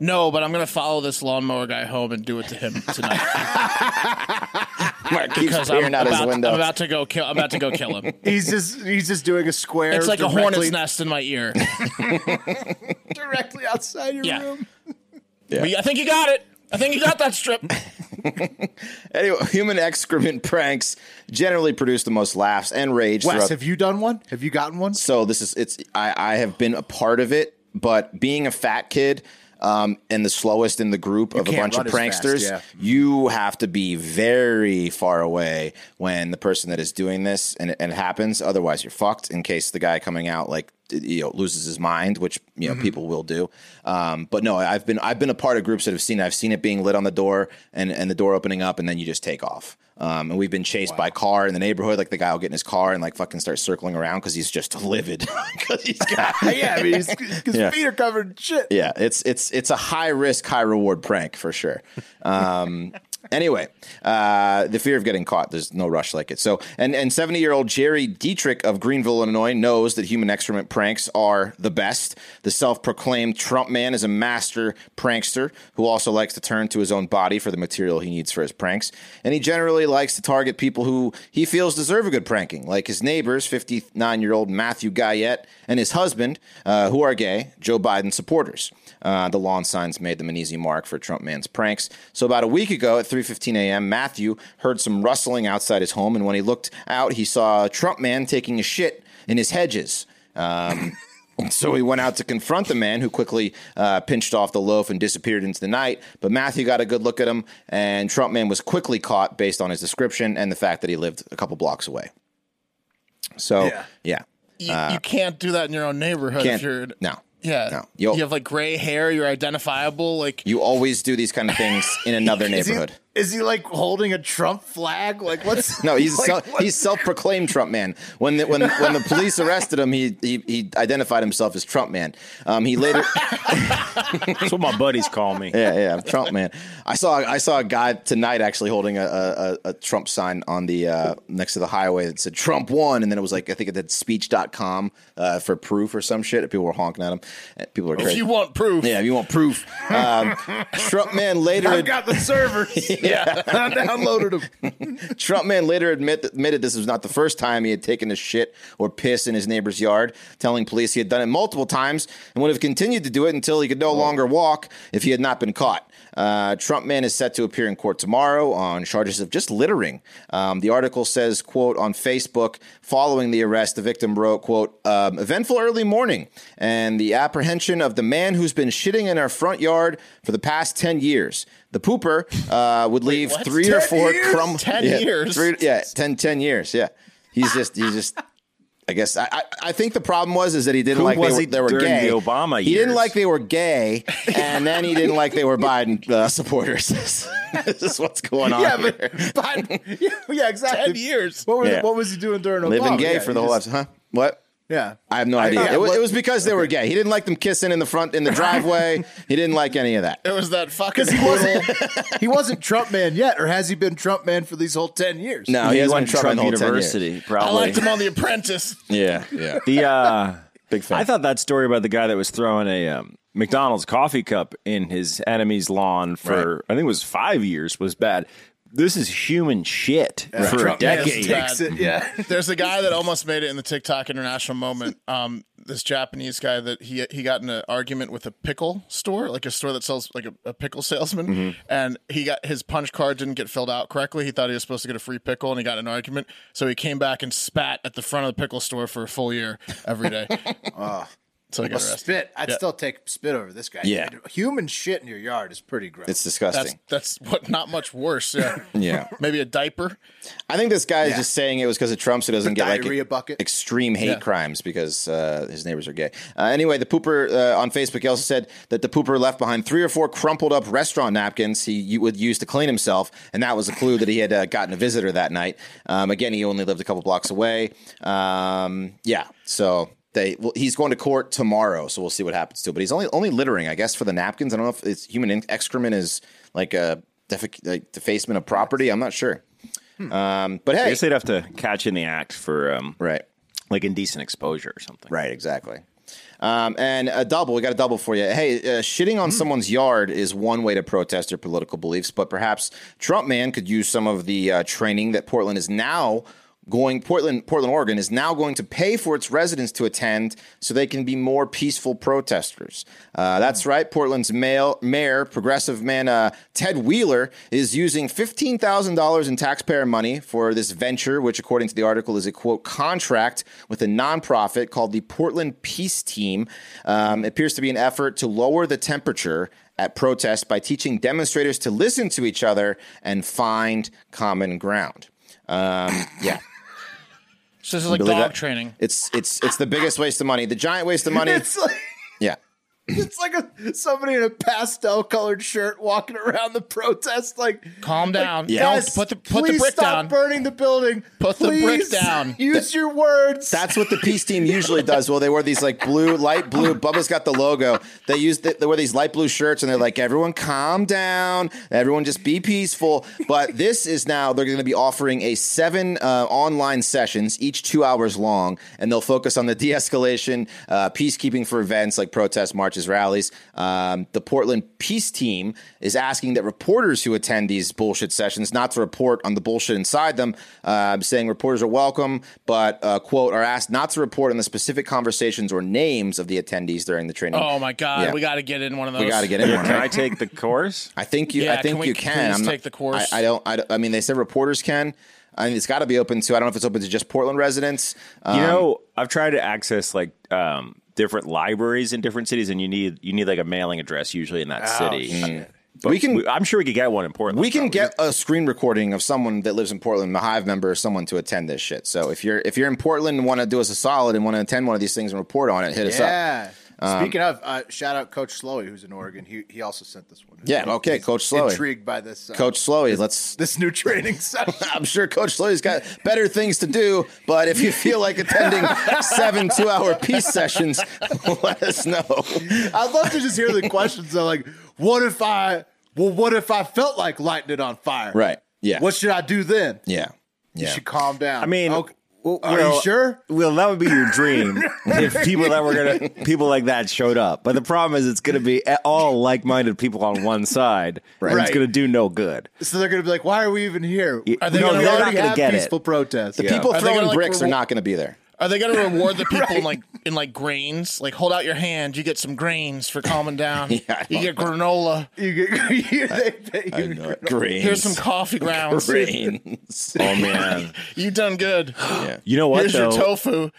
[SPEAKER 3] No, but I'm gonna follow this lawnmower guy home and do it to him tonight
[SPEAKER 4] Mark keeps
[SPEAKER 3] because I'm
[SPEAKER 4] peering out
[SPEAKER 3] about,
[SPEAKER 4] his window.
[SPEAKER 3] I'm about to go kill. I'm about to go kill him.
[SPEAKER 1] He's just he's just doing a square.
[SPEAKER 3] It's like a
[SPEAKER 1] directly-
[SPEAKER 3] hornet's nest in my ear.
[SPEAKER 1] directly outside your
[SPEAKER 3] Yeah.
[SPEAKER 1] room.
[SPEAKER 3] We- I think you got it. I think you got that strip.
[SPEAKER 4] anyway, human excrement pranks generally produce the most laughs and rage.
[SPEAKER 1] Wes,
[SPEAKER 4] throughout-
[SPEAKER 1] have you done one? Have you gotten one?
[SPEAKER 4] So this is it's I, I have been a part of it, but being a fat kid um, and the slowest in the group of a
[SPEAKER 1] can't
[SPEAKER 4] bunch of
[SPEAKER 1] run as fast,
[SPEAKER 4] pranksters,
[SPEAKER 1] yeah.
[SPEAKER 4] you have to be very far away when the person that is doing this and, and it happens. Otherwise, you're fucked. In case the guy coming out like you know loses his mind, which you know people will do. Um, but no, I've been I've been a part of groups that have seen it. I've seen it being lit on the door and and the door opening up, and then you just take off. Um, and we've been chased by car in the neighborhood. Like the guy will get in his car and like fucking start circling around because he's just livid. 'Cause he's got
[SPEAKER 1] yeah, I mean, his, his
[SPEAKER 4] Yeah.
[SPEAKER 1] feet are covered in shit.
[SPEAKER 4] yeah, it's it's it's a high risk, high reward prank for sure. Um, anyway, uh, the fear of getting caught. There's no rush like it. So, and and seventy year old Jerry Dietrich of Greenville, Illinois, knows that human excrement pranks are the best. The self proclaimed Trump man is a master prankster who also likes to turn to his own body for the material he needs for his pranks, and he generally likes to target people who he feels deserve a good pranking, like his neighbors, fifty nine year old Matthew Guyette and his husband, uh, who are gay, Joe Biden supporters. Uh, the lawn signs made them an easy mark for Trump man's pranks. So about a week ago at 3:15 a.m., Matthew heard some rustling outside his home, and when he looked out, he saw a Trump man taking a shit in his hedges. Um, so he went out to confront the man, who quickly uh, pinched off the loaf and disappeared into the night. But Matthew got a good look at him, and Trump man was quickly caught based on his description and the fact that he lived a couple blocks away. So
[SPEAKER 1] Yeah.
[SPEAKER 4] yeah.
[SPEAKER 3] You, you can't do that in your own neighborhood
[SPEAKER 4] Can't-
[SPEAKER 3] if you're
[SPEAKER 4] no.
[SPEAKER 3] Yeah,
[SPEAKER 4] No. You'll-
[SPEAKER 3] you have like gray hair. You're identifiable. Like
[SPEAKER 4] You always do these kind of things in another
[SPEAKER 1] Is he-
[SPEAKER 4] neighborhood.
[SPEAKER 1] Is he like holding a Trump flag? Like what's
[SPEAKER 4] No, he's
[SPEAKER 1] like,
[SPEAKER 4] self,
[SPEAKER 1] what-
[SPEAKER 4] he's self-proclaimed Trump man. When the, when when the police arrested him, he he, he identified himself as Trump man. Um, he later
[SPEAKER 2] That's what my buddies call me.
[SPEAKER 4] yeah yeah I'm Trump man. I saw I saw a guy tonight actually holding a a, a- a Trump sign on the uh, next to the highway that said Trump won, and then it was like I think it had speech.com uh, for proof or some shit. and People were honking at him. And People were
[SPEAKER 3] if
[SPEAKER 4] crazy.
[SPEAKER 3] you want proof,
[SPEAKER 4] yeah, if you want proof. Um, Trump man later.
[SPEAKER 1] I've got the servers. yeah, I downloaded them.
[SPEAKER 4] Trump man later admit, admitted this was not the first time he had taken a shit or piss in his neighbor's yard, telling police he had done it multiple times and would have continued to do it until he could no longer walk if he had not been caught. Uh, Trump man is set to appear in court tomorrow on charges of just littering. Um, the article says, quote, on Facebook, following the arrest, the victim wrote, quote, um, eventful early morning and the apprehension of the man who's been shitting in our front yard for the past 10 years. The pooper uh, would leave
[SPEAKER 3] what?
[SPEAKER 4] three or
[SPEAKER 3] 10
[SPEAKER 4] four
[SPEAKER 3] years?
[SPEAKER 4] crumb
[SPEAKER 3] 10
[SPEAKER 4] yeah,
[SPEAKER 3] years?
[SPEAKER 4] three- yeah, 10, 10 years. Yeah, he's just he's just. I guess I, I I think the problem was is that he didn't
[SPEAKER 2] Who
[SPEAKER 4] like
[SPEAKER 2] was
[SPEAKER 4] they were,
[SPEAKER 2] he
[SPEAKER 4] they were
[SPEAKER 2] during
[SPEAKER 4] gay.
[SPEAKER 2] the Obama
[SPEAKER 4] He didn't
[SPEAKER 2] years?
[SPEAKER 4] like they were gay, and then he didn't like they were Biden uh, supporters. this is what's going on.
[SPEAKER 1] Yeah,
[SPEAKER 4] here.
[SPEAKER 1] but, but yeah, yeah, exactly.
[SPEAKER 3] Ten years.
[SPEAKER 1] What, were,
[SPEAKER 4] Yeah.
[SPEAKER 1] what was he doing during Obama?
[SPEAKER 4] living gay
[SPEAKER 1] Yeah,
[SPEAKER 4] for
[SPEAKER 1] he
[SPEAKER 4] the whole
[SPEAKER 1] just-
[SPEAKER 4] life, huh? What?
[SPEAKER 1] Yeah,
[SPEAKER 4] I have no idea.
[SPEAKER 1] yeah,
[SPEAKER 4] it, was,
[SPEAKER 1] what-
[SPEAKER 4] it was because they were gay. He didn't like them kissing in the front in the driveway. he didn't like any of that.
[SPEAKER 3] it was that fucking.
[SPEAKER 1] he
[SPEAKER 3] little-
[SPEAKER 1] wasn't he wasn't Trump man yet, or has he been Trump man for these whole ten years?
[SPEAKER 4] No, he,
[SPEAKER 2] He
[SPEAKER 4] hasn't
[SPEAKER 2] went
[SPEAKER 4] been
[SPEAKER 2] to
[SPEAKER 4] Trump, in
[SPEAKER 2] Trump
[SPEAKER 4] the whole 10 years.
[SPEAKER 2] University,
[SPEAKER 3] I
[SPEAKER 2] probably.
[SPEAKER 3] liked him on The Apprentice.
[SPEAKER 4] Yeah, yeah.
[SPEAKER 2] The uh, big
[SPEAKER 4] fan.
[SPEAKER 2] I thought that story about the guy that was throwing a um, McDonald's coffee cup in his enemy's lawn for I think it was five years was bad. This is human shit for
[SPEAKER 3] Trump
[SPEAKER 2] a decade.
[SPEAKER 3] is bad.
[SPEAKER 1] Takes it, yeah.
[SPEAKER 3] There's a guy that almost made it in the TikTok international moment. Um, this Japanese guy that he he got in an argument with a pickle store, like a store that sells like a, a pickle salesman, and he got his punch card didn't get filled out correctly. He thought he was supposed to get a free pickle, and he got in an argument. So he came back and spat at the front of the pickle store for a full year every day. so he got arrested.
[SPEAKER 1] Spit. I'd still take spit over this guy.
[SPEAKER 4] Yeah.
[SPEAKER 1] Human shit in your yard is pretty gross.
[SPEAKER 4] It's
[SPEAKER 3] That's
[SPEAKER 4] disgusting.
[SPEAKER 3] that's what not much worse. Yeah,
[SPEAKER 4] yeah.
[SPEAKER 3] maybe a diaper.
[SPEAKER 4] I think this guy is just saying it was because of Trump, so he doesn't
[SPEAKER 1] The
[SPEAKER 4] get
[SPEAKER 1] diarrhea
[SPEAKER 4] like
[SPEAKER 1] bucket.
[SPEAKER 4] extreme hate
[SPEAKER 3] Yeah.
[SPEAKER 4] crimes because uh, his neighbors are gay. Uh, anyway, the pooper uh, on Facebook he also said that the pooper left behind three or four crumpled up restaurant napkins he u- would use to clean himself, and that was a clue that he had uh, gotten a visitor that night. Um, again, he only lived a couple blocks away. Um, yeah, so. They, well, he's going to court tomorrow, so we'll see what happens to. him. But he's only only littering, I guess, for the napkins. I don't know if it's human in- excrement is like a defec- like defacement of property. I'm not sure. Um, but hey,
[SPEAKER 2] I guess they'd have to catch in the act for um,
[SPEAKER 4] Right.
[SPEAKER 2] like indecent exposure or something.
[SPEAKER 4] Right. Exactly. Um, and a double. We got a double for you. Hey, uh, shitting on someone's yard is one way to protest your political beliefs, but perhaps Trump man could use some of the uh, training that Portland is now going. Portland, Portland, Oregon is now going to pay for its residents to attend, so they can be more peaceful protesters. Uh, that's right. Portland's male, mayor, progressive man uh, Ted Wheeler, is using fifteen thousand dollars in taxpayer money for this venture, which, according to the article, is a quote contract with a nonprofit called the Portland Peace Team. Um, it appears to be an effort to lower the temperature at protests by teaching demonstrators to listen to each other and find common ground. Um, yeah.
[SPEAKER 3] So this is like
[SPEAKER 4] Believe
[SPEAKER 3] dog
[SPEAKER 4] that?
[SPEAKER 3] training.
[SPEAKER 4] It's it's it's the biggest waste of money, the giant waste of money.
[SPEAKER 1] It's like
[SPEAKER 4] yeah.
[SPEAKER 1] it's like a, somebody in a pastel colored shirt walking around the protest. Like,
[SPEAKER 3] Calm down.
[SPEAKER 4] Yeah.
[SPEAKER 3] Don't put the put the
[SPEAKER 1] please
[SPEAKER 3] brick
[SPEAKER 1] stop
[SPEAKER 3] down.
[SPEAKER 1] burning the building.
[SPEAKER 3] Put the brick
[SPEAKER 1] Please
[SPEAKER 3] down.
[SPEAKER 1] Use your words.
[SPEAKER 4] That's what the peace team usually does. Well, they wear these like blue, light blue. Bubba's got the logo. They use the, they wear these light blue shirts, and they're like, "Everyone, calm down. Everyone, just be peaceful." But this is now they're going to be offering a seven uh, online sessions, each two hours long, and they'll focus on the de-escalation, uh, peacekeeping for events like protests, marches, rallies. Um, the Portland Peace Team is asking that reporters who attend these bullshit sessions not to report on the bullshit inside them, uh, saying reporters are welcome, but uh, quote are asked not to report on the specific conversations or names of the attendees during the training.
[SPEAKER 3] Oh my god,
[SPEAKER 4] Yeah.
[SPEAKER 3] we got to get in one of those.
[SPEAKER 4] we got to get in
[SPEAKER 2] Yeah,
[SPEAKER 4] one.
[SPEAKER 2] can
[SPEAKER 4] Right?
[SPEAKER 2] I take the course?
[SPEAKER 4] I think you.
[SPEAKER 3] Yeah,
[SPEAKER 4] I think
[SPEAKER 3] can we
[SPEAKER 4] you can.
[SPEAKER 3] please
[SPEAKER 4] I'm not-
[SPEAKER 3] take the course?
[SPEAKER 4] I, I don't. I, don't- I mean, they said reporters can. I mean, it's got to be open to. I don't know if it's open to just Portland residents. Um,
[SPEAKER 2] you know, I've tried to access like um, different libraries in different cities, and you need you need like a mailing address usually in that city. But
[SPEAKER 4] We can-
[SPEAKER 2] I'm sure we could get one in Portland.
[SPEAKER 4] we can
[SPEAKER 2] probably.
[SPEAKER 4] get a screen recording of someone that lives in Portland, a Hive member or someone to attend this shit. So if you're if you're in Portland and want to do us a solid and want to attend one of these things and report on it, hit us up. Um,
[SPEAKER 1] yeah. Speaking of, uh, shout out Coach Slowey, who's in Oregon. He he also sent this one.
[SPEAKER 4] Yeah, okay,
[SPEAKER 1] He's
[SPEAKER 4] Coach Slowey.
[SPEAKER 1] Intrigued by this, uh,
[SPEAKER 4] Coach Slowey, let's.
[SPEAKER 1] this new training session.
[SPEAKER 4] I'm sure Coach Slowey's got better things to do, but if you feel like attending seven two-hour peace sessions, let us know.
[SPEAKER 1] I'd love to just hear the questions though, like, what if I well, what if I felt like lighting it on fire?
[SPEAKER 4] Right. Yeah.
[SPEAKER 1] What should I do then?
[SPEAKER 4] Yeah.
[SPEAKER 1] You
[SPEAKER 4] Yeah.
[SPEAKER 1] should calm down.
[SPEAKER 2] I mean,
[SPEAKER 1] okay.
[SPEAKER 2] well,
[SPEAKER 1] are you
[SPEAKER 2] well-
[SPEAKER 1] sure?
[SPEAKER 2] Well, that would be your dream if people that were gonna people like that showed up. But the problem is, it's gonna be e, all like-minded people on one side, right. and it's
[SPEAKER 1] Right.
[SPEAKER 2] gonna do no good.
[SPEAKER 1] So they're gonna be like, why are we even here?
[SPEAKER 2] Are
[SPEAKER 3] they
[SPEAKER 1] We
[SPEAKER 3] gonna-
[SPEAKER 1] already
[SPEAKER 3] they're not
[SPEAKER 2] gonna
[SPEAKER 1] have
[SPEAKER 2] get it.
[SPEAKER 1] peaceful protests.
[SPEAKER 4] The people
[SPEAKER 3] Are they
[SPEAKER 4] throwing
[SPEAKER 3] gonna, like,
[SPEAKER 4] bricks are
[SPEAKER 3] reward-
[SPEAKER 4] not going to be there.
[SPEAKER 3] Are they going to reward the people in like in like grains? Like hold out your hand, you get some grains for calming
[SPEAKER 4] I
[SPEAKER 3] down. you
[SPEAKER 4] don't
[SPEAKER 3] get granola.
[SPEAKER 1] You get you, they, they, you,
[SPEAKER 4] Green.
[SPEAKER 3] Here's some coffee grounds.
[SPEAKER 4] grains.
[SPEAKER 2] Oh man,
[SPEAKER 3] You done good.
[SPEAKER 2] you know what?
[SPEAKER 3] Here's your
[SPEAKER 2] though?
[SPEAKER 3] tofu.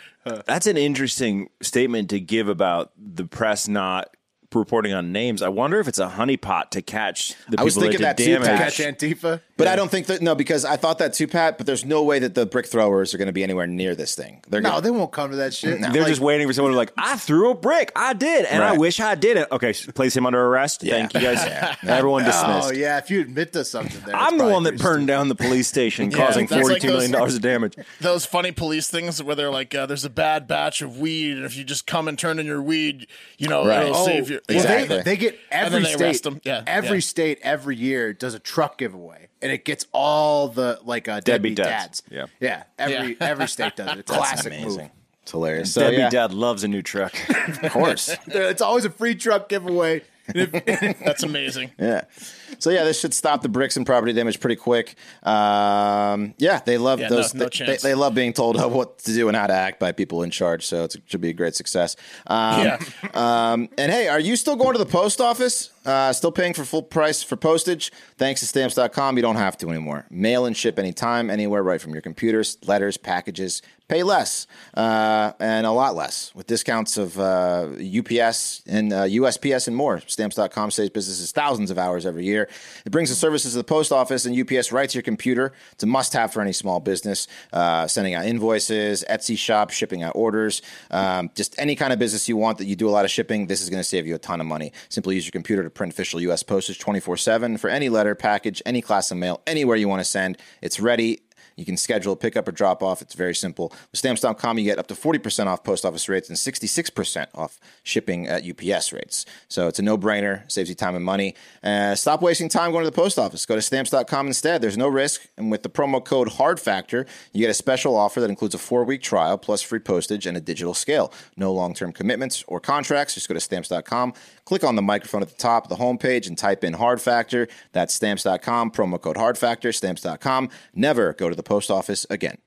[SPEAKER 2] That's an interesting statement to give about the press not reporting on names. I wonder if it's a honeypot to catch the people
[SPEAKER 4] I was thinking that
[SPEAKER 2] that did
[SPEAKER 4] too,
[SPEAKER 2] damage.
[SPEAKER 1] catch Antifa.
[SPEAKER 4] But I don't think that no, because I thought that too, Pat. But there's no way that the brick throwers are going to be anywhere near this thing. They're
[SPEAKER 1] No,
[SPEAKER 4] gonna,
[SPEAKER 1] they won't come to that shit.
[SPEAKER 2] They're just waiting for someone to be like, I threw a brick. I did. And I
[SPEAKER 4] Right.
[SPEAKER 2] wish I did it. Okay, s- place him under arrest. Thank you guys. Everyone dismissed.
[SPEAKER 1] Oh yeah, if you admit to something there.
[SPEAKER 2] I'm
[SPEAKER 1] it's
[SPEAKER 2] the one
[SPEAKER 1] probably
[SPEAKER 2] that burned down the police station,
[SPEAKER 3] Yeah,
[SPEAKER 2] causing
[SPEAKER 3] that's like
[SPEAKER 2] forty-two million
[SPEAKER 3] those-
[SPEAKER 2] dollars of damage.
[SPEAKER 3] Those funny police things where they're like, uh, "There's a bad batch of weed, and if you just come and turn in your weed, you know,
[SPEAKER 4] Right.
[SPEAKER 3] it'll
[SPEAKER 4] Oh,
[SPEAKER 3] save your."
[SPEAKER 1] Well,
[SPEAKER 4] Exactly.
[SPEAKER 1] they, they get
[SPEAKER 3] And
[SPEAKER 1] every
[SPEAKER 3] then they arrest
[SPEAKER 1] state.
[SPEAKER 3] them. Yeah,
[SPEAKER 1] every
[SPEAKER 3] yeah.
[SPEAKER 1] state every year does a truck giveaway, and it gets all the like uh, deadbeat,
[SPEAKER 2] Deadbeat
[SPEAKER 1] dads.
[SPEAKER 2] dads. Yeah.
[SPEAKER 1] yeah. Every
[SPEAKER 3] Yeah.
[SPEAKER 1] every state does it. It's a classic move.
[SPEAKER 4] It's hilarious. So,
[SPEAKER 2] Debbie
[SPEAKER 4] yeah,
[SPEAKER 2] Dad loves a new truck.
[SPEAKER 4] of course.
[SPEAKER 1] There- It's always a free truck giveaway.
[SPEAKER 3] That's amazing.
[SPEAKER 4] yeah.
[SPEAKER 1] So yeah, this should stop the bricks and property damage pretty quick. Um, yeah, they love
[SPEAKER 3] Yeah, no-
[SPEAKER 1] those.
[SPEAKER 3] no
[SPEAKER 1] they-
[SPEAKER 3] chance.
[SPEAKER 1] they, they love being told what to do and how to act by people in charge. So it's, it should be a great success. Um,
[SPEAKER 3] Yeah.
[SPEAKER 1] um, and hey, are you still going to the post office? Uh, still paying for full price for postage? Thanks to stamps.com, you don't have to anymore. Mail and ship anytime, anywhere, right from your computers, letters, packages. Pay less uh, and a lot less with discounts of uh, UPS and uh, USPS and more. Stamps.com saves businesses thousands of hours every year. It brings the services of the post office and UPS right to your computer. It's a must have for any small business, uh, sending out invoices, Etsy shop, shipping out orders, um, just any kind of business you want that you do a lot of shipping. This is going to save you a ton of money. Simply use your computer to print official U.S. postage 24 7 for any letter, package, any class of mail, anywhere you want to send. It's ready. You can schedule a pickup or drop off. It's very simple. With stamps.com, you get up to 40% off post office rates and 66% off shipping at UPS rates. So it's a no brainer, saves you time and money. Uh, stop wasting time going to the post office. Go to stamps.com instead. There's no risk. And with the promo code HARDFACTOR, you get a special offer that includes a four week trial plus free postage and a digital scale. No long term commitments or contracts. Just go to stamps.com, click on the microphone at the top of the homepage, and type in Hard Factor. That's stamps.com, promo code Hard Factor, stamps.com. Never go to the post office again.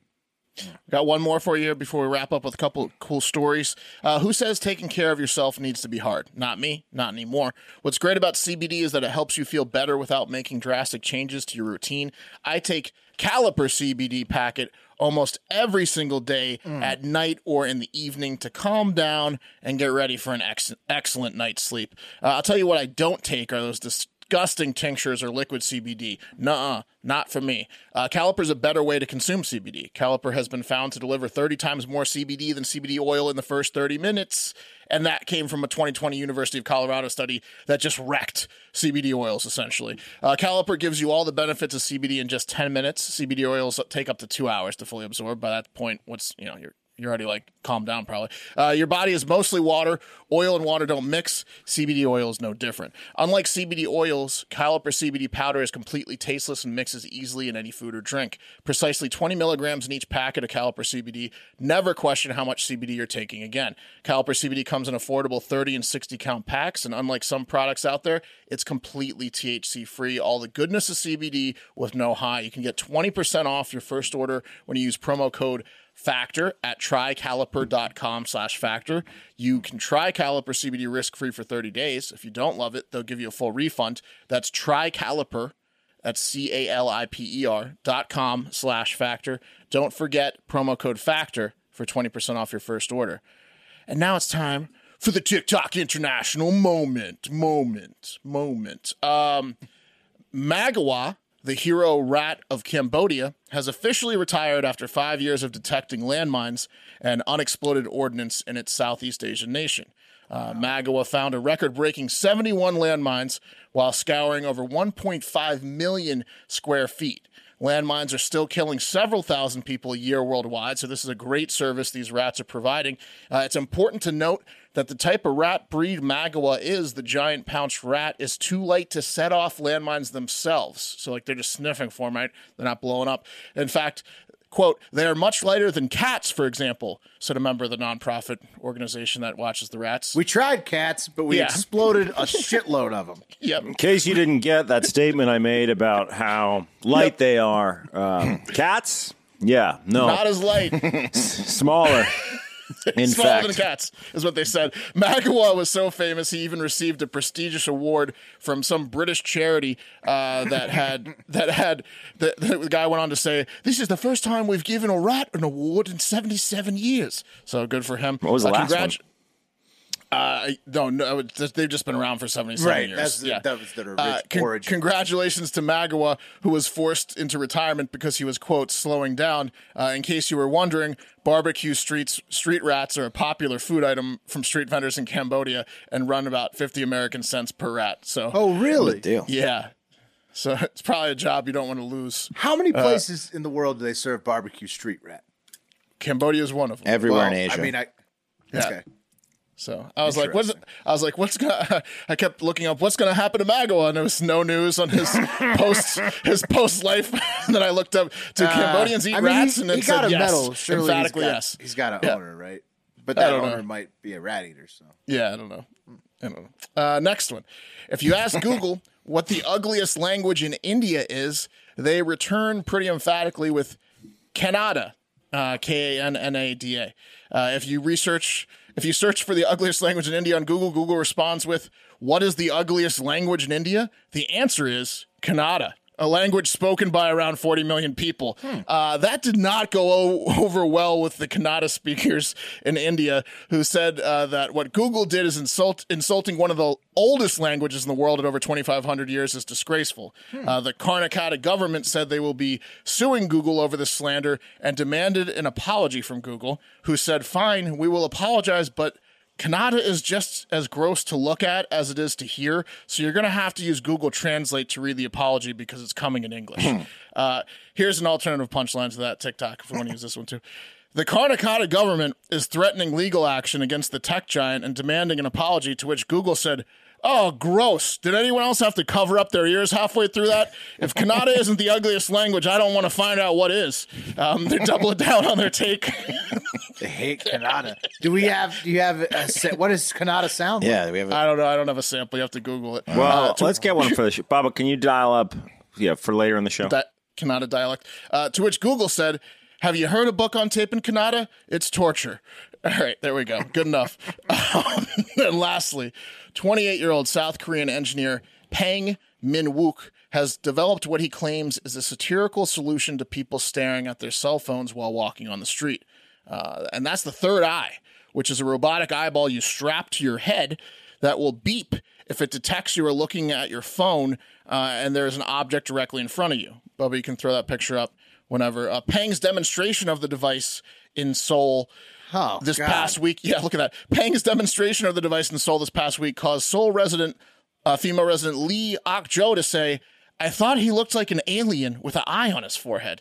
[SPEAKER 3] Got one more for you before we wrap up with a couple of cool stories. Uh, who says taking care of yourself needs to be hard? Not me, not anymore. What's great about CBD is that it helps you feel better without making drastic changes to your routine. I take Caliper CBD packet almost every single day at night or in the evening to calm down and get ready for an ex- excellent night's sleep. Uh, I'll tell you what I don't take are those dis- disgusting tinctures or liquid CBD. Nuh-uh, not for me. Uh, Caliper's a better way to consume CBD. Caliper has been found to deliver 30 times more CBD than CBD oil in the first 30 minutes, and that came from a 2020 University of Colorado study that just wrecked CBD oils, essentially. Uh, Caliper gives you all the benefits of CBD in just 10 minutes. CBD oils take up to two hours to fully absorb. By that point, what's, you know, you're you're already like calm down probably uh, your body is mostly water oil and water don't mix cbd oil is no different unlike cbd oils caliper cbd powder is completely tasteless and mixes easily in any food or drink precisely 20 milligrams in each packet of caliper cbd never question how much cbd you're taking again caliper cbd comes in affordable 30 and 60 count packs and unlike some products out there it's completely thc free all the goodness of cbd with no high you can get 20% off your first order when you use promo code factor at trycaliper.com slash factor you can try caliper cbd risk-free for 30 days if you don't love it they'll give you a full refund that's trycaliper that's c-a-l-i-p-e-r E dot com slash factor don't forget promo code factor for 20% off your first order and now it's time for the tiktok international moment moment moment um Magawa, the hero rat of Cambodia, has officially retired after five years of detecting landmines and unexploded ordnance in its Southeast Asian nation. Uh, Magawa found a record breaking 71 landmines while scouring over 1.5 million square feet. Landmines are still killing several thousand people a year worldwide, so this is a great service these rats are providing. Uh, it's important to note that the type of rat breed Magawa is, the giant pounced rat, is too light to set off landmines themselves. So, like, they're just sniffing for them, right? They're not blowing up. In fact, quote, they are much lighter than cats, for example, said a member of the nonprofit organization that watches the rats.
[SPEAKER 4] We tried cats, but we
[SPEAKER 3] Yeah.
[SPEAKER 4] exploded a shitload of them.
[SPEAKER 3] yep.
[SPEAKER 2] In case you didn't get that statement I made about how light they are, um, cats. Yeah, no,
[SPEAKER 3] Not as light.
[SPEAKER 2] smaller. In
[SPEAKER 3] smaller
[SPEAKER 2] fact,
[SPEAKER 3] than cats is what they said. Magawa was so famous he even received a prestigious award from some British charity uh, that had that had the, the guy went on to say this is the first time we've given a rat an award in 77 years. So good for him.
[SPEAKER 2] What was the last one?
[SPEAKER 3] Uh, no, no, it's just- they've just been around for 77 years.
[SPEAKER 4] That's
[SPEAKER 3] Yeah.
[SPEAKER 4] that was their
[SPEAKER 3] Uh, con-
[SPEAKER 4] origin.
[SPEAKER 3] Congratulations to Magawa, who was forced into retirement because he was quote slowing down. Uh, in case you were wondering, barbecue streets street rats are a popular food item from street vendors in Cambodia and run about fifty American cents per rat. So
[SPEAKER 4] oh, really?
[SPEAKER 1] Deal.
[SPEAKER 3] yeah, so it's probably a job you don't want to lose.
[SPEAKER 4] How many
[SPEAKER 3] Uh,
[SPEAKER 4] places in the world do they serve barbecue street rat?
[SPEAKER 3] Cambodia is one of them.
[SPEAKER 1] Everywhere in
[SPEAKER 4] Well,
[SPEAKER 1] Asia.
[SPEAKER 4] I mean, I okay.
[SPEAKER 3] So I was like, what's I was like, what's gonna I kept looking up what's gonna happen to Magawa and there was no news on his post his post life. and then I looked up do Cambodians eat
[SPEAKER 4] Uh, I mean,
[SPEAKER 3] rats
[SPEAKER 4] he,
[SPEAKER 3] and it
[SPEAKER 4] he
[SPEAKER 3] said
[SPEAKER 4] got a
[SPEAKER 3] yes.
[SPEAKER 4] medal. Surely
[SPEAKER 3] emphatically
[SPEAKER 4] he's got,
[SPEAKER 3] yes.
[SPEAKER 4] He's got an owner, right? But
[SPEAKER 3] I
[SPEAKER 4] that
[SPEAKER 3] don't
[SPEAKER 4] owner
[SPEAKER 3] know.
[SPEAKER 4] might be a rat eater. So
[SPEAKER 3] Yeah, I don't know. I don't know. Uh, next one. If you ask Google what the ugliest language in India is, they return pretty emphatically with Kannada, uh, K A N N A D A. Uh, If you research, if you search for the ugliest language in India on Google, Google responds with, "What is the ugliest language in India?" The answer is Kannada. A language spoken by around 40 million people. Uh, that did not go o- over well with the Kannada speakers in India, who said uh, that what Google did is insult insulting one of the oldest languages in the world at over 2,500 years is disgraceful. Uh, the Karnataka government said they will be suing Google over this slander and demanded an apology from Google, who said, "Fine, we will apologize, but." Kannada is just as gross to look at as it is to hear, so you're going to have to use Google Translate to read the apology because it's coming in English. uh, here's an alternative punchline to that TikTok if we want to use this one too. The Karnataka government is threatening legal action against the tech giant and demanding an apology, to which Google said, Oh, gross. Did anyone else have to cover up their ears halfway through that? If Kannada isn't the ugliest language, I don't want to find out what is. Um, they're doubling down on their take.
[SPEAKER 4] They hate Kanata. Do we have? Do you have a set? What does Kanata sound like?
[SPEAKER 1] Yeah, we have. A,
[SPEAKER 3] I don't know. I don't have a sample. You have to Google it. Uh,
[SPEAKER 2] Well, Uh, let's get one for the show. Baba, can you dial up? Yeah, for later in the show.
[SPEAKER 3] that Kannada dialect. Uh, to which Google said, "Have you heard a book on tape in Kannada? It's torture." All right, there we go. Good enough. Um, and lastly, 28-year-old South Korean engineer Pang Min-wook has developed what he claims is a satirical solution to people staring at their cell phones while walking on the street, uh, and that's the third eye, which is a robotic eyeball you strap to your head that will beep if it detects you are looking at your phone uh, and there is an object directly in front of you. Bubba, you can throw that picture up whenever. Uh, Pang's demonstration of the device in Seoul
[SPEAKER 4] Oh,
[SPEAKER 3] this
[SPEAKER 4] God.
[SPEAKER 3] past week. Yeah, look at that. Pang's demonstration of the device in Seoul this past week caused Seoul resident, uh, female resident Lee Ok-jo to say, I thought he looked like an alien with an eye on his forehead.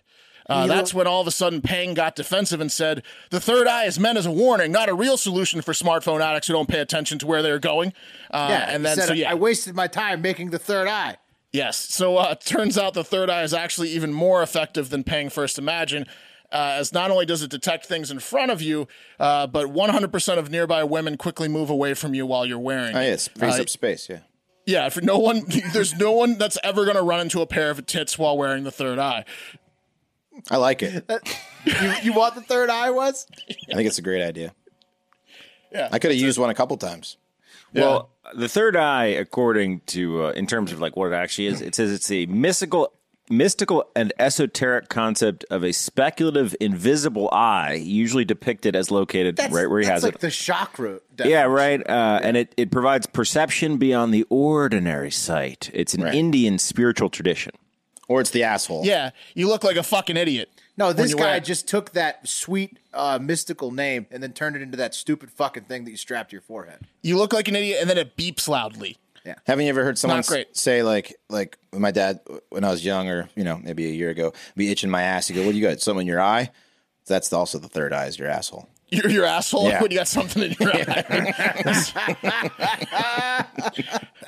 [SPEAKER 3] Uh, that's when all of a sudden Pang got defensive and said, The third eye is meant as a warning, not a real solution for smartphone addicts who don't pay attention to where they're going. Uh,
[SPEAKER 4] Yeah,
[SPEAKER 3] and
[SPEAKER 4] he
[SPEAKER 3] then,
[SPEAKER 4] said,
[SPEAKER 3] so yeah.
[SPEAKER 4] I wasted my time making the third eye.
[SPEAKER 3] Yes. So uh, it turns out the third eye is actually even more effective than Pang first imagined, uh, as not only does it detect things in front of you, uh, but 100% of nearby women quickly move away from you while you're wearing.
[SPEAKER 1] oh,
[SPEAKER 3] it.
[SPEAKER 1] yeah, it frees
[SPEAKER 3] Uh,
[SPEAKER 1] up space. Yeah.
[SPEAKER 3] Yeah, for no one, there's no one that's ever going to run into a pair of tits while wearing the third eye.
[SPEAKER 1] I like it.
[SPEAKER 3] Uh,
[SPEAKER 1] I
[SPEAKER 4] You, you want the third eye was?
[SPEAKER 1] think it's a great idea.
[SPEAKER 3] Yeah.
[SPEAKER 1] I could have used one a couple times.
[SPEAKER 2] Well, the third eye, according to uh, in terms of like what it actually is, it says it's a mystical, mystical and esoteric concept of a speculative invisible eye, usually depicted as located right where he
[SPEAKER 4] that's
[SPEAKER 2] has
[SPEAKER 4] like
[SPEAKER 2] it.
[SPEAKER 4] the chakra.
[SPEAKER 2] yeah, right. Uh, And it, it provides perception beyond the ordinary sight. It's an
[SPEAKER 1] Right.
[SPEAKER 2] Indian spiritual tradition.
[SPEAKER 1] Or it's the asshole.
[SPEAKER 3] Yeah, you look like a fucking idiot.
[SPEAKER 4] No,
[SPEAKER 3] when
[SPEAKER 4] this
[SPEAKER 3] you
[SPEAKER 4] guy
[SPEAKER 3] wear it.
[SPEAKER 4] just took that sweet uh, mystical name and then turned it into that stupid fucking thing that you strap to your forehead.
[SPEAKER 3] You look like an idiot, and then it beeps loudly.
[SPEAKER 1] Haven't you ever heard someone
[SPEAKER 3] Not great.
[SPEAKER 1] s- say like like my dad when I was younger, you know, maybe a year ago, be itching my ass. You go, "What do you got? Something in your eye?" That's the- also the third eye is your asshole.
[SPEAKER 3] You're your asshole
[SPEAKER 1] Yeah.
[SPEAKER 3] when you got something in your eye.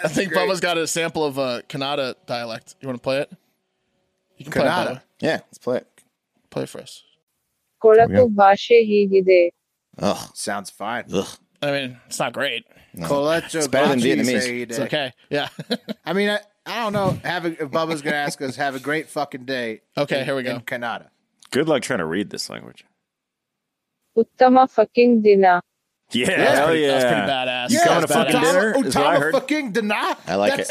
[SPEAKER 3] I think Bubba's got a sample of uh, Kannada dialect. You want to play it? You can play it.
[SPEAKER 4] Kannada.
[SPEAKER 3] Bubba.
[SPEAKER 1] Yeah, let's play it.
[SPEAKER 3] Play it for us.
[SPEAKER 6] ಕೊಳಕು ಭಾಷೆ ಹೀಗಿದೆ
[SPEAKER 1] Ugh,
[SPEAKER 4] Sounds fine.
[SPEAKER 1] ugh.
[SPEAKER 3] I mean, it's not great.
[SPEAKER 4] Colecho
[SPEAKER 1] It's better than
[SPEAKER 4] Bachi
[SPEAKER 1] Vietnamese.
[SPEAKER 4] say he
[SPEAKER 3] It's
[SPEAKER 4] did.
[SPEAKER 3] okay. Yeah.
[SPEAKER 4] I mean, I, I don't know. Have a, if Bubba's going to ask us, have a great fucking day.
[SPEAKER 3] Okay,
[SPEAKER 4] in-
[SPEAKER 3] here we go.
[SPEAKER 4] In Kanata.
[SPEAKER 2] Good luck trying to read this language.
[SPEAKER 6] ಉತ್ತಮ fucking ದಿನ
[SPEAKER 2] Yeah,
[SPEAKER 3] that's,
[SPEAKER 2] hell
[SPEAKER 3] pretty,
[SPEAKER 2] yeah.
[SPEAKER 3] that's pretty badass.
[SPEAKER 2] You
[SPEAKER 3] That's
[SPEAKER 2] coming to
[SPEAKER 3] badass.
[SPEAKER 2] fucking dinner? is what I heard.
[SPEAKER 4] fucking deny.
[SPEAKER 1] I like it.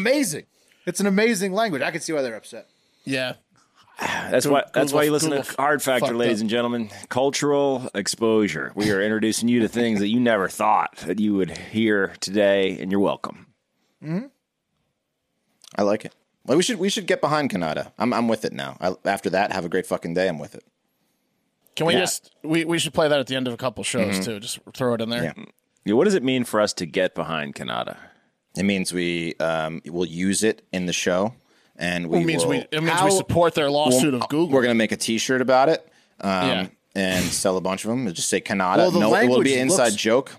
[SPEAKER 4] Amazing. It's an amazing language. I can see why they're upset.
[SPEAKER 3] Yeah.
[SPEAKER 2] That's why. That's why you listen
[SPEAKER 3] Google
[SPEAKER 2] to Hard Factor,
[SPEAKER 3] fucked
[SPEAKER 2] ladies
[SPEAKER 3] up.
[SPEAKER 2] and gentlemen. Cultural exposure. We are introducing you to things that you never thought that you would hear today, and you're welcome.
[SPEAKER 1] I like it. Like we should we should get behind Kanata. I'm I'm with it now. I, after that, have a great fucking day. I'm with it.
[SPEAKER 3] Can we just, we, we should play that at the end of a couple shows too. Just throw it in there.
[SPEAKER 1] Mm-hmm. Yeah.
[SPEAKER 2] Yeah, What does it mean for us to get behind Kanata?
[SPEAKER 1] It means we um will use it in the show, and we
[SPEAKER 3] It means
[SPEAKER 1] will,
[SPEAKER 3] we, it means
[SPEAKER 4] How-
[SPEAKER 3] we support their lawsuit of Google.
[SPEAKER 1] We're gonna make a T-shirt about it. Um,
[SPEAKER 3] Yeah.
[SPEAKER 1] And sell a bunch of them. Just say Kanata.
[SPEAKER 4] Well, the
[SPEAKER 1] no, it will be an
[SPEAKER 4] language
[SPEAKER 1] inside
[SPEAKER 4] looks-
[SPEAKER 1] joke.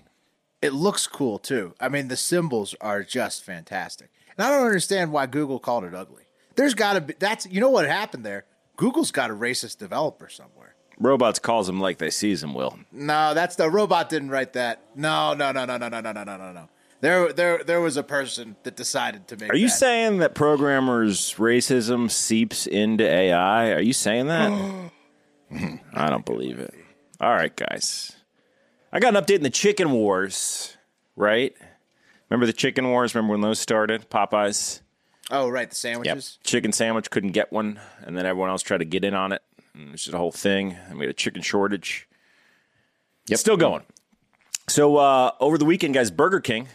[SPEAKER 4] It looks cool too. I mean, the symbols are just fantastic. And I don't understand why Google called it ugly. There's got to be that's you know what happened there. Google's got a racist developer somewhere.
[SPEAKER 2] Robots calls them like they sees them. Will
[SPEAKER 4] No, that's the robot didn't write that. No, no, no, no, no, no, no, no, no, no, no.
[SPEAKER 1] There, there, there was a person that decided to make.
[SPEAKER 2] Are you
[SPEAKER 1] that.
[SPEAKER 2] saying that programmers' racism seeps into AI? Are you saying that? I don't believe it. All right, guys. I got an update in the chicken wars, right? Remember the chicken wars? Remember when those started? Popeyes?
[SPEAKER 1] Oh, right, the sandwiches.
[SPEAKER 2] Chicken sandwich couldn't get one, and then everyone else tried to get in on it. And it was just a whole thing, and we had a chicken shortage. Yep. Still going. So uh, over the weekend, guys, Burger King,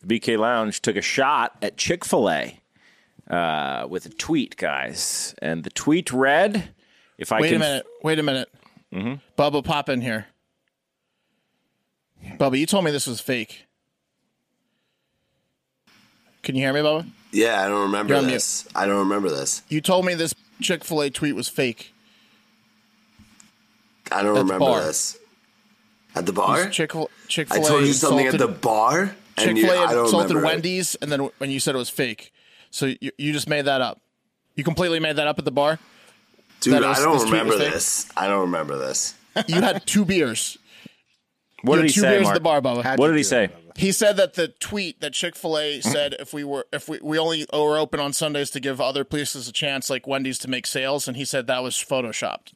[SPEAKER 2] the BK Lounge, took a shot at Chick Fil A uh, with a tweet, guys, and the tweet read, "If I
[SPEAKER 3] Wait
[SPEAKER 2] can, Mm-hmm.
[SPEAKER 3] a minute. Wait a minute. Bubba, pop in here. Bubba, you told me this was fake. Can you hear me, Bubba?
[SPEAKER 5] Yeah, I don't remember
[SPEAKER 3] You're on
[SPEAKER 5] this. I don't remember this.
[SPEAKER 3] You told me this Chick Fil A tweet was fake.
[SPEAKER 5] I don't
[SPEAKER 3] At the
[SPEAKER 5] remember
[SPEAKER 3] bar.
[SPEAKER 5] this. At the bar?
[SPEAKER 3] Chick Fil Chick
[SPEAKER 5] I
[SPEAKER 3] Fil
[SPEAKER 5] told
[SPEAKER 3] A
[SPEAKER 5] you something
[SPEAKER 3] insulted
[SPEAKER 5] at the bar,
[SPEAKER 3] Chick
[SPEAKER 5] and you, I
[SPEAKER 3] Fil A
[SPEAKER 5] don't
[SPEAKER 3] insulted
[SPEAKER 5] remember. it.
[SPEAKER 3] Wendy's, and then when you said it was fake, so you, you just made that up. You completely made that up at the bar.
[SPEAKER 5] Dude,
[SPEAKER 3] that it was-
[SPEAKER 5] I don't
[SPEAKER 3] this tweet was
[SPEAKER 5] remember
[SPEAKER 3] fake?
[SPEAKER 5] this. I don't remember this.
[SPEAKER 3] You had two beers. you
[SPEAKER 2] What did
[SPEAKER 3] had
[SPEAKER 2] he
[SPEAKER 3] two
[SPEAKER 2] say,
[SPEAKER 3] beers at
[SPEAKER 2] Mark?
[SPEAKER 3] the bar, Bubba.
[SPEAKER 2] What did he say?
[SPEAKER 3] He said that the tweet that Chick Fil A said if we were if we, we only were open on Sundays to give other places a chance like Wendy's to make sales, and he said that was photoshopped.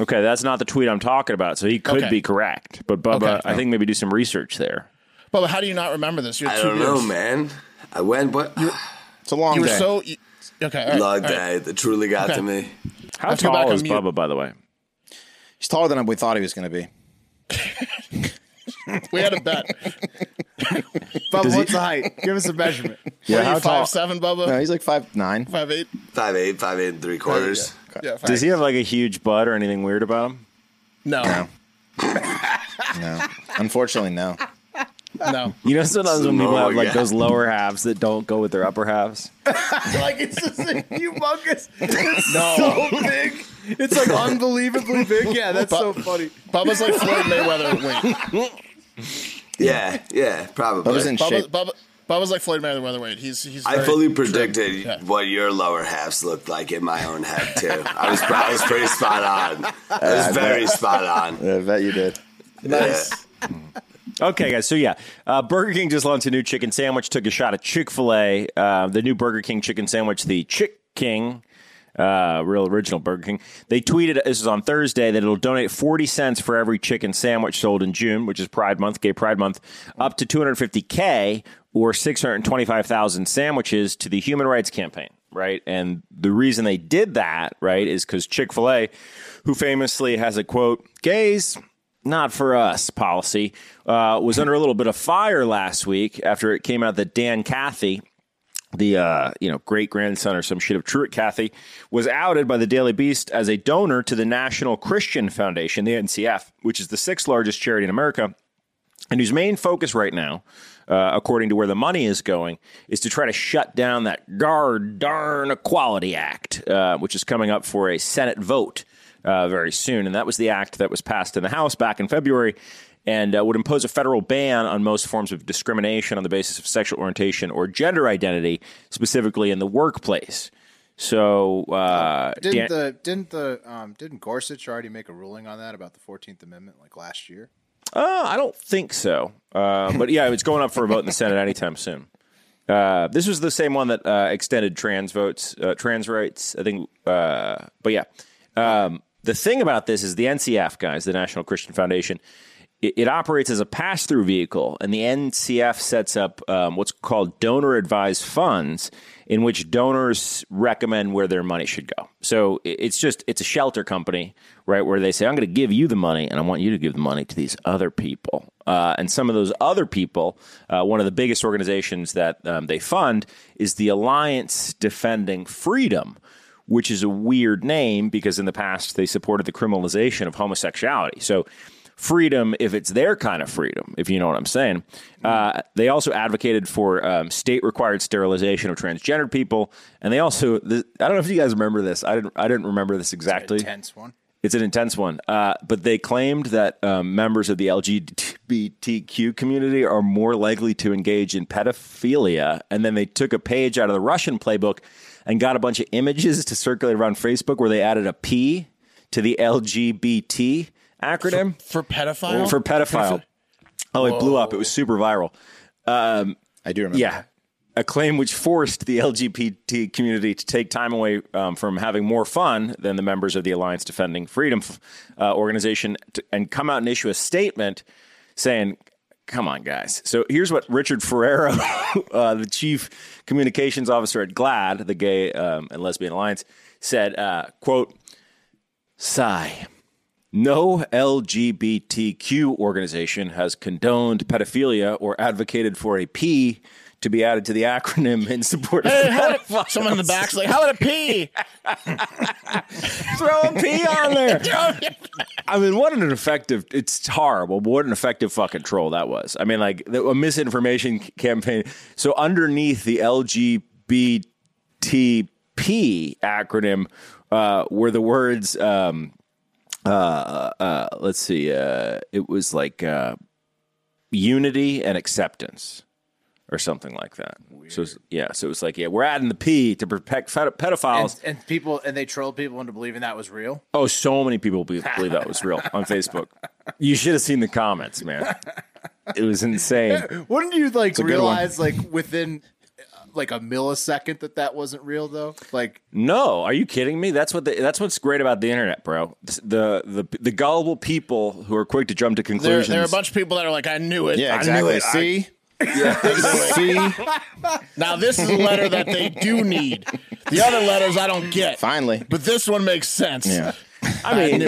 [SPEAKER 2] Okay, that's not the tweet I'm talking about. So he could
[SPEAKER 3] Okay.
[SPEAKER 2] be correct, but Bubba,
[SPEAKER 3] Okay.
[SPEAKER 2] I think maybe do some research there.
[SPEAKER 3] But how do you not remember this? You had
[SPEAKER 5] I
[SPEAKER 3] two
[SPEAKER 5] don't
[SPEAKER 3] beers.
[SPEAKER 5] know, man. I went, but
[SPEAKER 4] It's a long
[SPEAKER 3] You were
[SPEAKER 4] day.
[SPEAKER 3] so you, okay. all right,
[SPEAKER 5] lug
[SPEAKER 3] all right.
[SPEAKER 5] day that truly got
[SPEAKER 3] Okay.
[SPEAKER 5] to me.
[SPEAKER 2] How
[SPEAKER 3] Let's go back
[SPEAKER 2] tall
[SPEAKER 3] on
[SPEAKER 2] is
[SPEAKER 3] mute.
[SPEAKER 2] Bubba, by the way?
[SPEAKER 4] He's taller than we thought he was going to be.
[SPEAKER 3] We had a bet.
[SPEAKER 1] But what's the height? Give us a measurement.
[SPEAKER 3] yeah,
[SPEAKER 2] how
[SPEAKER 3] five
[SPEAKER 2] tall-
[SPEAKER 3] seven, Bubba.
[SPEAKER 4] No, he's like five nine.
[SPEAKER 3] Five eight.
[SPEAKER 5] Five eight, five eight and three quarters.
[SPEAKER 3] Yeah. Five.
[SPEAKER 2] Does he have like a huge butt or anything weird about him?
[SPEAKER 3] No.
[SPEAKER 4] No. no. Unfortunately, no.
[SPEAKER 3] No.
[SPEAKER 2] You know, sometimes when people
[SPEAKER 5] normal
[SPEAKER 2] have like
[SPEAKER 5] guy.
[SPEAKER 2] those lower halves that don't go with their upper halves.
[SPEAKER 1] like it's just a humongous. It's
[SPEAKER 3] No.
[SPEAKER 1] so big. It's like unbelievably big. Yeah, that's so funny.
[SPEAKER 3] Bubba's like Floyd Mayweather. Wait.
[SPEAKER 5] Yeah, yeah,
[SPEAKER 4] But
[SPEAKER 5] probably.
[SPEAKER 4] was in
[SPEAKER 3] Bubba,
[SPEAKER 4] shape.
[SPEAKER 3] Bubba, Bubba's like Floyd Mayweather. Wait. He's he's.
[SPEAKER 5] I
[SPEAKER 3] very-
[SPEAKER 5] fully predicted
[SPEAKER 3] Yeah.
[SPEAKER 5] what your lower halves looked like in my own head too. I was I was pretty spot on. I was very spot on.
[SPEAKER 4] I bet you did.
[SPEAKER 5] Nice.
[SPEAKER 2] Okay, guys. So yeah, uh, Burger King just launched a new chicken sandwich. Took a shot at Chick Fil A. Uh, the new Burger King chicken sandwich, the Chick King, uh, real original Burger King. They tweeted this is on Thursday that it'll donate forty cents for every chicken sandwich sold in June, which is Pride Month, Gay Pride Month, up to two hundred fifty k or six hundred twenty five thousand sandwiches to the Human Rights Campaign. Right, and the reason they did that, right, is because Chick Fil A, who famously has a quote, "Gays." not for us policy uh, was under a little bit of fire last week after it came out that Dan Cathy, the uh, you know great grandson or some shit of Truett Cathy, was outed by the Daily Beast as a donor to the National Christian Foundation, the NCF, which is the sixth largest charity in America, and whose main focus right now. Uh, according to where the money is going, is to try to shut down that guard darn Equality Act, uh, which is coming up for a Senate vote uh, very soon. And that was the act that was passed in the House back in February and uh, would impose a federal ban on most forms of discrimination on the basis of sexual orientation or gender identity, specifically in the workplace. So, uh, Dan-
[SPEAKER 1] Didn't the didn't the um didn't Gorsuch already make a ruling on that about the Fourteenth Amendment like last year?
[SPEAKER 2] Uh, I don't think so. Uh, but yeah, it's going up for a vote in the Senate anytime soon. Uh, this was the same one that uh, extended trans votes, uh, trans rights. I think, uh, but yeah, um, the thing about this is the NCF guys, the National Christian Foundation. It, it operates as a pass-through vehicle, and the NCF sets up um, what's called donor-advised funds, in which donors recommend where their money should go. So it- it's just it's a shelter company, right? Where they say, "I'm going to give you the money, and I want you to give the money to these other people." Uh, and some of those other people, uh, one of the biggest organizations that um, they fund is the Alliance Defending Freedom, which is a weird name because in the past they supported the criminalization of homosexuality. So, freedom, if it's their kind of freedom, if you know what I'm saying. Uh, they also advocated for um, state required sterilization of transgendered people. And they also, th- I don't know if you guys remember this. I didn't, I didn't remember this exactly.
[SPEAKER 1] Tense one.
[SPEAKER 2] It's an intense one. Uh, but they claimed that um, members of the LGBTQ community are more likely to engage in pedophilia. And then they took a page out of the Russian playbook and got a bunch of images to circulate around Facebook where they added a P to the LGBT acronym Oh,
[SPEAKER 3] for pedophile.
[SPEAKER 2] for pedophile. Oh, it blew up. It was super viral.
[SPEAKER 1] I do remember.
[SPEAKER 2] Yeah. A claim which forced the LGBT community to take time away um, from having more fun than the members of the Alliance Defending Freedom uh, organization to, and come out and issue a statement saying, Come on, guys. So here's what Richard Ferrero, uh, the chief communications officer at GLAD, the Gay um, and Lesbian Alliance, said, uh, quote, sigh. No LGBTQ organization has condoned pedophilia or advocated for a P to be added to the acronym in support of pedophiles.
[SPEAKER 3] Someone in the back's like, "How about a pee?"
[SPEAKER 2] Throw a P on there. I mean, what an effective, it's horrible. but What an effective fucking troll that was. I mean, like the, a misinformation c- campaign. So underneath the LGBTP acronym uh, were the words, um, uh, uh, let's see, uh, it was like uh, unity and acceptance or something like that. So it's- yeah, so it was like yeah, we're adding the P to protect ped- pedophiles.
[SPEAKER 7] And, and people and they trolled people into believing that was real.
[SPEAKER 2] oh, so many people be- believe that was real on Facebook. You should have seen the comments, man. It was insane.
[SPEAKER 7] Wouldn't you like
[SPEAKER 1] good one.
[SPEAKER 7] realize like within uh, like a millisecond that that wasn't real though? Like
[SPEAKER 2] No, are you kidding me? That's what the, that's what's great about the internet, bro. The the the gullible people who are quick to jump to
[SPEAKER 3] There,
[SPEAKER 2] conclusions.
[SPEAKER 3] there are a bunch of people that are like, "I knew it."
[SPEAKER 1] Yeah,
[SPEAKER 3] I knew
[SPEAKER 1] exactly.
[SPEAKER 3] it.
[SPEAKER 1] See? Yeah. See?
[SPEAKER 3] Now this is a letter that they do need. The other letters I don't get.
[SPEAKER 1] Finally.
[SPEAKER 3] But this one makes sense.
[SPEAKER 1] Yeah.
[SPEAKER 2] I mean,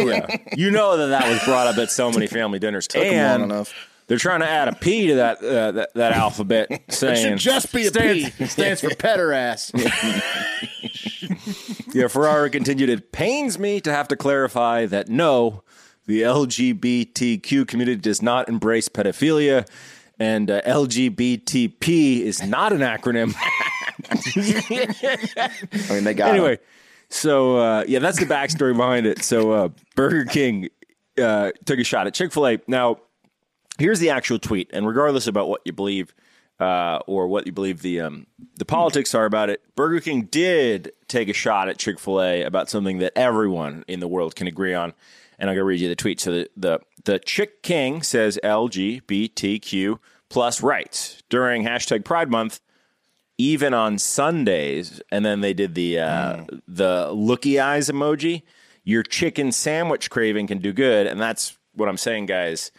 [SPEAKER 2] you know that that was brought up at so many family dinners. Took
[SPEAKER 1] 'em long
[SPEAKER 2] and
[SPEAKER 1] enough.
[SPEAKER 2] They're trying to add a P to that uh, that, that alphabet, saying
[SPEAKER 3] Should just be a pee.
[SPEAKER 7] stands for petter ass.
[SPEAKER 2] Yeah, Ferrara continued, it pains me to have to clarify that no, the LGBTQ community does not embrace pedophilia, and uh, LGBTP is not an acronym.
[SPEAKER 1] I mean, they got him.
[SPEAKER 2] anyway, so uh, yeah, that's the backstory behind it. So uh, Burger King uh, took a shot at Chick fil A. Now, here's the actual tweet, and regardless about what you believe uh, or what you believe the um, the politics are about it, Burger King did take a shot at Chick fil A about something that everyone in the world can agree on. And I'm gonna read you the tweet. So the the, the Chick King says LGBTQ plus rights during hashtag Pride Month even on Sundays, and then they did the uh, the looky eyes emoji. Your chicken sandwich craving can do good, and that's what I'm saying, guys.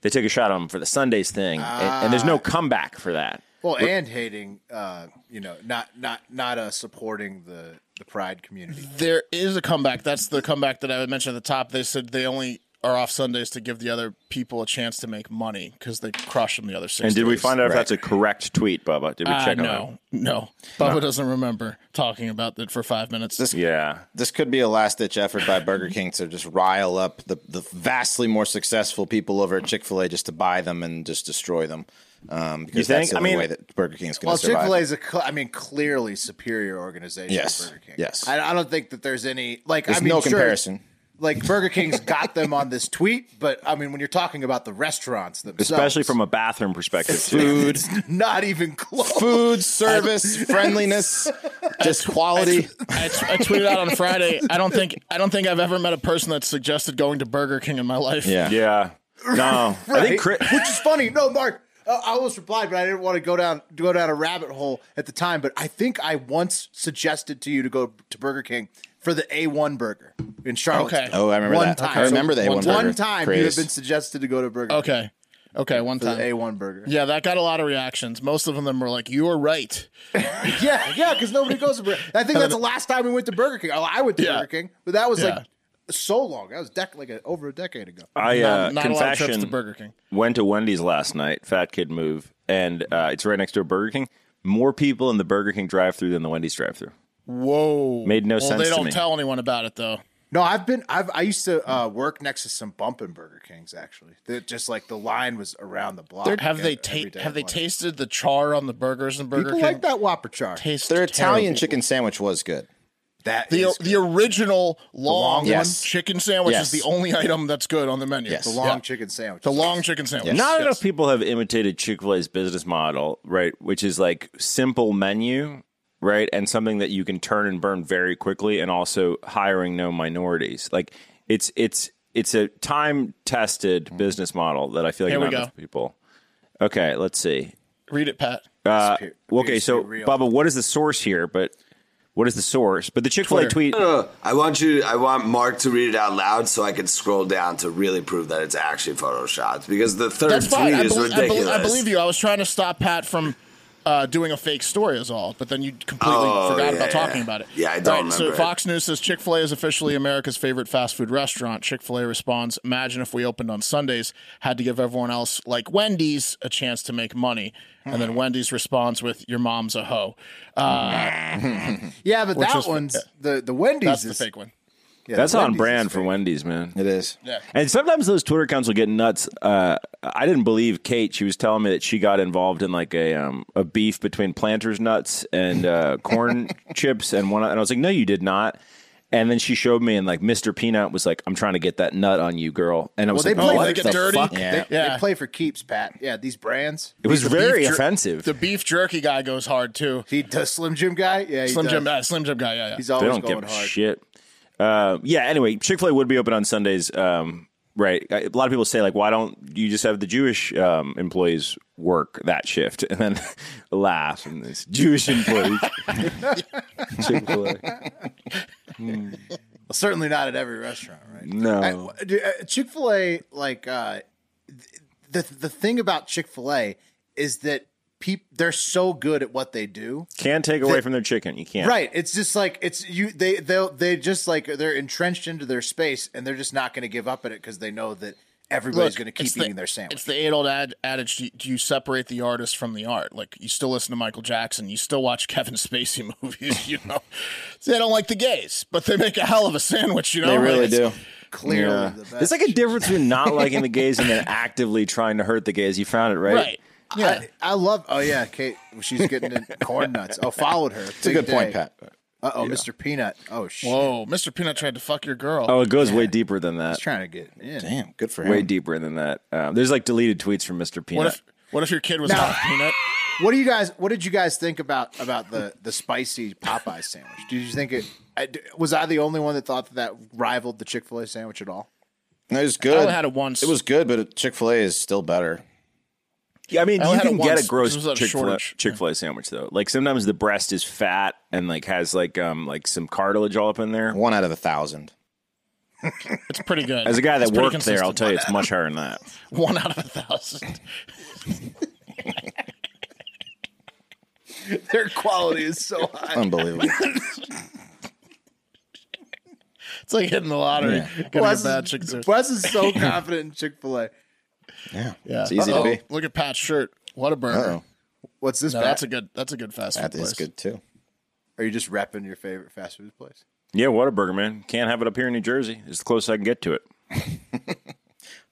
[SPEAKER 2] They took a shot on him for the Sundays thing, and, and there's no comeback for that.
[SPEAKER 7] Well, and hating, uh, you know, not not not uh, supporting the the pride community.
[SPEAKER 3] There is a comeback. That's the comeback that I had mentioned at the top. They said they only are off Sundays to give the other people a chance to make money because they crush them the other six.
[SPEAKER 2] And did we
[SPEAKER 3] days.
[SPEAKER 2] find out if that's a correct tweet, Bubba? Did we
[SPEAKER 3] Uh,
[SPEAKER 2] check on that?
[SPEAKER 3] no, no. Bubba doesn't remember talking about it for five minutes.
[SPEAKER 1] This-
[SPEAKER 2] Yeah,
[SPEAKER 1] This could be a last ditch effort by Burger King to just rile up the, the vastly more successful people over at Chick fil A just to buy them and just destroy them. Um, because
[SPEAKER 2] think?
[SPEAKER 1] that's the
[SPEAKER 2] I
[SPEAKER 1] only
[SPEAKER 2] mean-
[SPEAKER 1] way that Burger King's going
[SPEAKER 7] Well,
[SPEAKER 1] to
[SPEAKER 7] Chick
[SPEAKER 1] survive.
[SPEAKER 7] Fil A is a, cl- I mean, clearly superior organization.
[SPEAKER 1] Yes.
[SPEAKER 7] to Burger King.
[SPEAKER 1] Yes.
[SPEAKER 7] I, I don't think that there's any like.
[SPEAKER 1] There's
[SPEAKER 7] I mean,
[SPEAKER 1] no
[SPEAKER 7] sure,
[SPEAKER 1] comparison.
[SPEAKER 7] Like Burger King's got them on this tweet, but I mean, when you're talking about the restaurants themselves,
[SPEAKER 2] especially from a bathroom perspective. Too.
[SPEAKER 1] Food,
[SPEAKER 7] not even close.
[SPEAKER 1] food, service, friendliness, just quality.
[SPEAKER 3] I, t- I tweeted out on Friday. I don't think I don't think I've ever met a person that suggested going to Burger King in my life.
[SPEAKER 1] Yeah.
[SPEAKER 2] Yeah, no, I think Chris,
[SPEAKER 7] which is funny. No, Mark, uh, I almost replied, but I didn't want to go down go down a rabbit hole at the time. But I think I once suggested to you to go to Burger King for the A one burger in Charlotte.
[SPEAKER 3] Okay.
[SPEAKER 1] Oh, I remember
[SPEAKER 7] One
[SPEAKER 1] that.
[SPEAKER 7] time.
[SPEAKER 1] I remember
[SPEAKER 7] So
[SPEAKER 1] the A1
[SPEAKER 7] One,
[SPEAKER 1] burger
[SPEAKER 7] time you have
[SPEAKER 1] craze.
[SPEAKER 7] been suggested to go to Burger
[SPEAKER 3] Okay. Okay. One
[SPEAKER 7] King for the
[SPEAKER 3] Oh, time.
[SPEAKER 7] A one burger.
[SPEAKER 3] Yeah, that got a lot of reactions. Most of them were like, "You were right."
[SPEAKER 7] Yeah, yeah, because nobody goes to Burger. I think that's the last time we went to Burger King. Oh, I went to
[SPEAKER 3] Yeah.
[SPEAKER 7] Burger King, but that was
[SPEAKER 3] Yeah.
[SPEAKER 7] like so long. That was dec- like a, over a decade ago.
[SPEAKER 2] I uh,
[SPEAKER 3] not not a lot of
[SPEAKER 2] confession.
[SPEAKER 3] trips to Burger King.
[SPEAKER 2] went to Wendy's last night, Fat Kid Move, and uh, it's right next to a Burger King. More people in the Burger King drive-through than the Wendy's drive-through.
[SPEAKER 3] Whoa.
[SPEAKER 2] Made no
[SPEAKER 3] well,
[SPEAKER 2] sense
[SPEAKER 3] They
[SPEAKER 2] to
[SPEAKER 3] don't
[SPEAKER 2] me.
[SPEAKER 3] tell anyone about it though.
[SPEAKER 7] No, I've been. I've I used to uh, work next to some bumping Burger Kings actually. That just like the line was around the block.
[SPEAKER 3] Have they
[SPEAKER 7] every
[SPEAKER 3] ta-
[SPEAKER 7] day
[SPEAKER 3] have
[SPEAKER 7] at
[SPEAKER 3] they
[SPEAKER 7] lunch.
[SPEAKER 3] tasted the char on the burgers in Burger
[SPEAKER 7] People
[SPEAKER 3] King?
[SPEAKER 7] like that Whopper char.
[SPEAKER 3] Tastes
[SPEAKER 1] Their Italian
[SPEAKER 3] terrible.
[SPEAKER 1] chicken sandwich was good.
[SPEAKER 7] That
[SPEAKER 3] The,
[SPEAKER 7] is
[SPEAKER 3] the original long,
[SPEAKER 1] Yes.
[SPEAKER 3] chicken sandwich
[SPEAKER 1] Yes.
[SPEAKER 3] is the only item that's good on the menu.
[SPEAKER 1] Yes.
[SPEAKER 7] the
[SPEAKER 1] The
[SPEAKER 7] long
[SPEAKER 3] Yeah.
[SPEAKER 7] chicken sandwich.
[SPEAKER 3] The long chicken sandwich.
[SPEAKER 2] Not
[SPEAKER 3] Yes.
[SPEAKER 2] enough people have imitated Chick Fil A's business model, right? Which is like simple menu, right, and something that you can turn and burn very quickly, and also hiring no minorities. Like it's it's it's a time tested business model that I feel like
[SPEAKER 3] Mm-hmm. Here we
[SPEAKER 2] not
[SPEAKER 3] go.
[SPEAKER 2] enough people. Okay, let's see.
[SPEAKER 3] Read it, Pat.
[SPEAKER 2] Uh,
[SPEAKER 7] appear-
[SPEAKER 2] okay,
[SPEAKER 7] appears to
[SPEAKER 2] so
[SPEAKER 7] be real.
[SPEAKER 2] Bubba, what is the source here? But what is the source? But the Chick Fil A
[SPEAKER 3] Twitter.
[SPEAKER 2] tweet.
[SPEAKER 5] Uh, I want you. I want Mark to read it out loud so I can scroll down to really prove that it's actually photoshopped. Because the third
[SPEAKER 3] That's fine.
[SPEAKER 5] tweet
[SPEAKER 3] I,
[SPEAKER 5] is
[SPEAKER 3] belie- I,
[SPEAKER 5] ridiculous.
[SPEAKER 3] belie- I believe you. I was trying to stop Pat from uh, doing a fake story, is all. But then you completely
[SPEAKER 5] Oh,
[SPEAKER 3] forgot
[SPEAKER 5] yeah,
[SPEAKER 3] about talking
[SPEAKER 5] yeah.
[SPEAKER 3] about it.
[SPEAKER 5] Yeah, I don't
[SPEAKER 3] All So
[SPEAKER 5] remember it.
[SPEAKER 3] Fox News says Chick Fil A is officially America's favorite fast food restaurant. Chick Fil A responds, "Imagine if we opened on Sundays, had to give everyone else like Wendy's a chance to make money." And
[SPEAKER 5] Hmm.
[SPEAKER 3] then Wendy's responds with, "Your mom's a hoe." Uh,
[SPEAKER 7] Yeah, but that
[SPEAKER 3] is-
[SPEAKER 7] one's the the Wendy's.
[SPEAKER 3] that's the
[SPEAKER 7] is,
[SPEAKER 3] fake one.
[SPEAKER 7] yeah,
[SPEAKER 2] That's
[SPEAKER 7] the
[SPEAKER 2] on
[SPEAKER 7] Wendy's is
[SPEAKER 2] brand for
[SPEAKER 7] fake.
[SPEAKER 2] Wendy's, man.
[SPEAKER 1] It is.
[SPEAKER 2] And sometimes those Twitter accounts will get nuts. Uh, I didn't believe Kate. She was telling me that she got involved in like a um, a beef between planters nuts and uh, corn chips and one. And I was like, no, you did not. And then she showed me, and like Mr. Peanut was like, I'm trying to get that nut on you, girl. And I
[SPEAKER 7] Well,
[SPEAKER 2] was
[SPEAKER 7] they
[SPEAKER 2] like,
[SPEAKER 7] play
[SPEAKER 2] oh,
[SPEAKER 3] like
[SPEAKER 7] for
[SPEAKER 3] they get
[SPEAKER 7] the
[SPEAKER 3] dirty.
[SPEAKER 7] fuck?
[SPEAKER 1] Yeah.
[SPEAKER 7] They, they
[SPEAKER 3] Yeah.
[SPEAKER 7] play for keeps, Pat. Yeah, these brands.
[SPEAKER 2] it was
[SPEAKER 3] The beef
[SPEAKER 2] very
[SPEAKER 3] jer-
[SPEAKER 2] offensive.
[SPEAKER 3] The beef jerky guy goes hard too.
[SPEAKER 7] He does Slim Jim guy. Yeah, he
[SPEAKER 3] Slim
[SPEAKER 7] does.
[SPEAKER 3] Jim, uh, Slim Jim guy. Yeah, yeah.
[SPEAKER 7] He's
[SPEAKER 2] they
[SPEAKER 7] always
[SPEAKER 2] don't
[SPEAKER 7] going
[SPEAKER 2] give a
[SPEAKER 7] hard.
[SPEAKER 2] shit. Uh, yeah. Anyway, Chick Fil A would be open on Sundays. Um, right. I- A lot of people say like, why don't you just have the Jewish um, employees work that shift? And then laugh and it's Jewish employees. Chick Fil A.
[SPEAKER 7] Well, certainly not at every restaurant, right?
[SPEAKER 2] No.
[SPEAKER 7] Chick Fil A, like uh, th- the the thing about Chick Fil A is that peop- they're so good at what they do.
[SPEAKER 2] Can't take away from their chicken. You can't.
[SPEAKER 7] Right. It's just like it's you. They they they just like they're entrenched into their space, and they're just not going to give up at it because they know that everybody's
[SPEAKER 3] Look,
[SPEAKER 7] going to keep
[SPEAKER 3] it's the-
[SPEAKER 7] eating their sandwich.
[SPEAKER 3] It's the age old ad- adage: do you, do you separate the artist from the art? Like you still listen to Michael Jackson, you still watch Kevin Spacey movies. You know, they don't like the gays, but they make a hell of a sandwich. You know,
[SPEAKER 1] They really
[SPEAKER 3] Like,
[SPEAKER 1] do.
[SPEAKER 3] it's-
[SPEAKER 7] Clearly, the best.
[SPEAKER 2] There's like a difference between not liking the gays and then actively trying to hurt the gays. You found it, right?
[SPEAKER 3] Right? Yeah.
[SPEAKER 7] I, I love. Oh yeah, Kate. She's getting in corn nuts. Oh, followed her. It's
[SPEAKER 1] It's a good point, Pat.
[SPEAKER 7] Uh oh, Mr. Peanut. Oh shit.
[SPEAKER 3] Whoa, Mr. Peanut tried to fuck your girl.
[SPEAKER 2] Oh, it goes way deeper than that.
[SPEAKER 7] trying to get in.
[SPEAKER 1] Damn, good for him.
[SPEAKER 2] Way deeper than that. Um, there's like deleted tweets from Mr. Peanut.
[SPEAKER 3] what if? What if your kid was not a peanut?
[SPEAKER 7] What do you guys? What did you guys think about about the the spicy Popeye sandwich? Did you think it? I, d- was I the only one that thought that, that rivaled the Chick Fil A sandwich at all?
[SPEAKER 1] No, it was good.
[SPEAKER 3] I only had it once.
[SPEAKER 1] It was good, but Chick Fil A is still better.
[SPEAKER 2] Yeah, I mean,
[SPEAKER 3] I only
[SPEAKER 2] you
[SPEAKER 3] had it
[SPEAKER 2] can get
[SPEAKER 3] once.
[SPEAKER 2] a gross
[SPEAKER 3] This was at a
[SPEAKER 2] Chick Fil
[SPEAKER 3] shortage.
[SPEAKER 2] Chick Fil A sandwich though. Like sometimes the breast is fat and like has like um like some cartilage all up in there.
[SPEAKER 1] One out of a thousand.
[SPEAKER 3] It's pretty good.
[SPEAKER 2] As a guy
[SPEAKER 3] It's
[SPEAKER 2] that
[SPEAKER 3] pretty
[SPEAKER 2] worked there, I'll
[SPEAKER 3] consistent.
[SPEAKER 2] tell you it's much higher than that.
[SPEAKER 3] one out of a thousand.
[SPEAKER 7] Their quality is so high.
[SPEAKER 1] Unbelievable.
[SPEAKER 3] It's like hitting the lottery. Getting a
[SPEAKER 7] Wes
[SPEAKER 3] bad
[SPEAKER 7] is,
[SPEAKER 3] chicken sandwich.
[SPEAKER 7] Wes is so confident in Chick Fil A.
[SPEAKER 1] yeah.
[SPEAKER 3] Yeah.
[SPEAKER 1] It's easy
[SPEAKER 3] Uh-oh.
[SPEAKER 1] to be.
[SPEAKER 3] Look at Pat's shirt. What a burger.
[SPEAKER 1] Uh-oh.
[SPEAKER 7] What's this?
[SPEAKER 3] No,
[SPEAKER 7] Pat?
[SPEAKER 3] that's a good. That's a good fast food
[SPEAKER 1] That is
[SPEAKER 3] place.
[SPEAKER 1] good too.
[SPEAKER 7] Are you just repping your favorite fast food place?
[SPEAKER 2] Yeah, Whataburger, man. Can't have it up here in New Jersey. It's the closest I can get to it.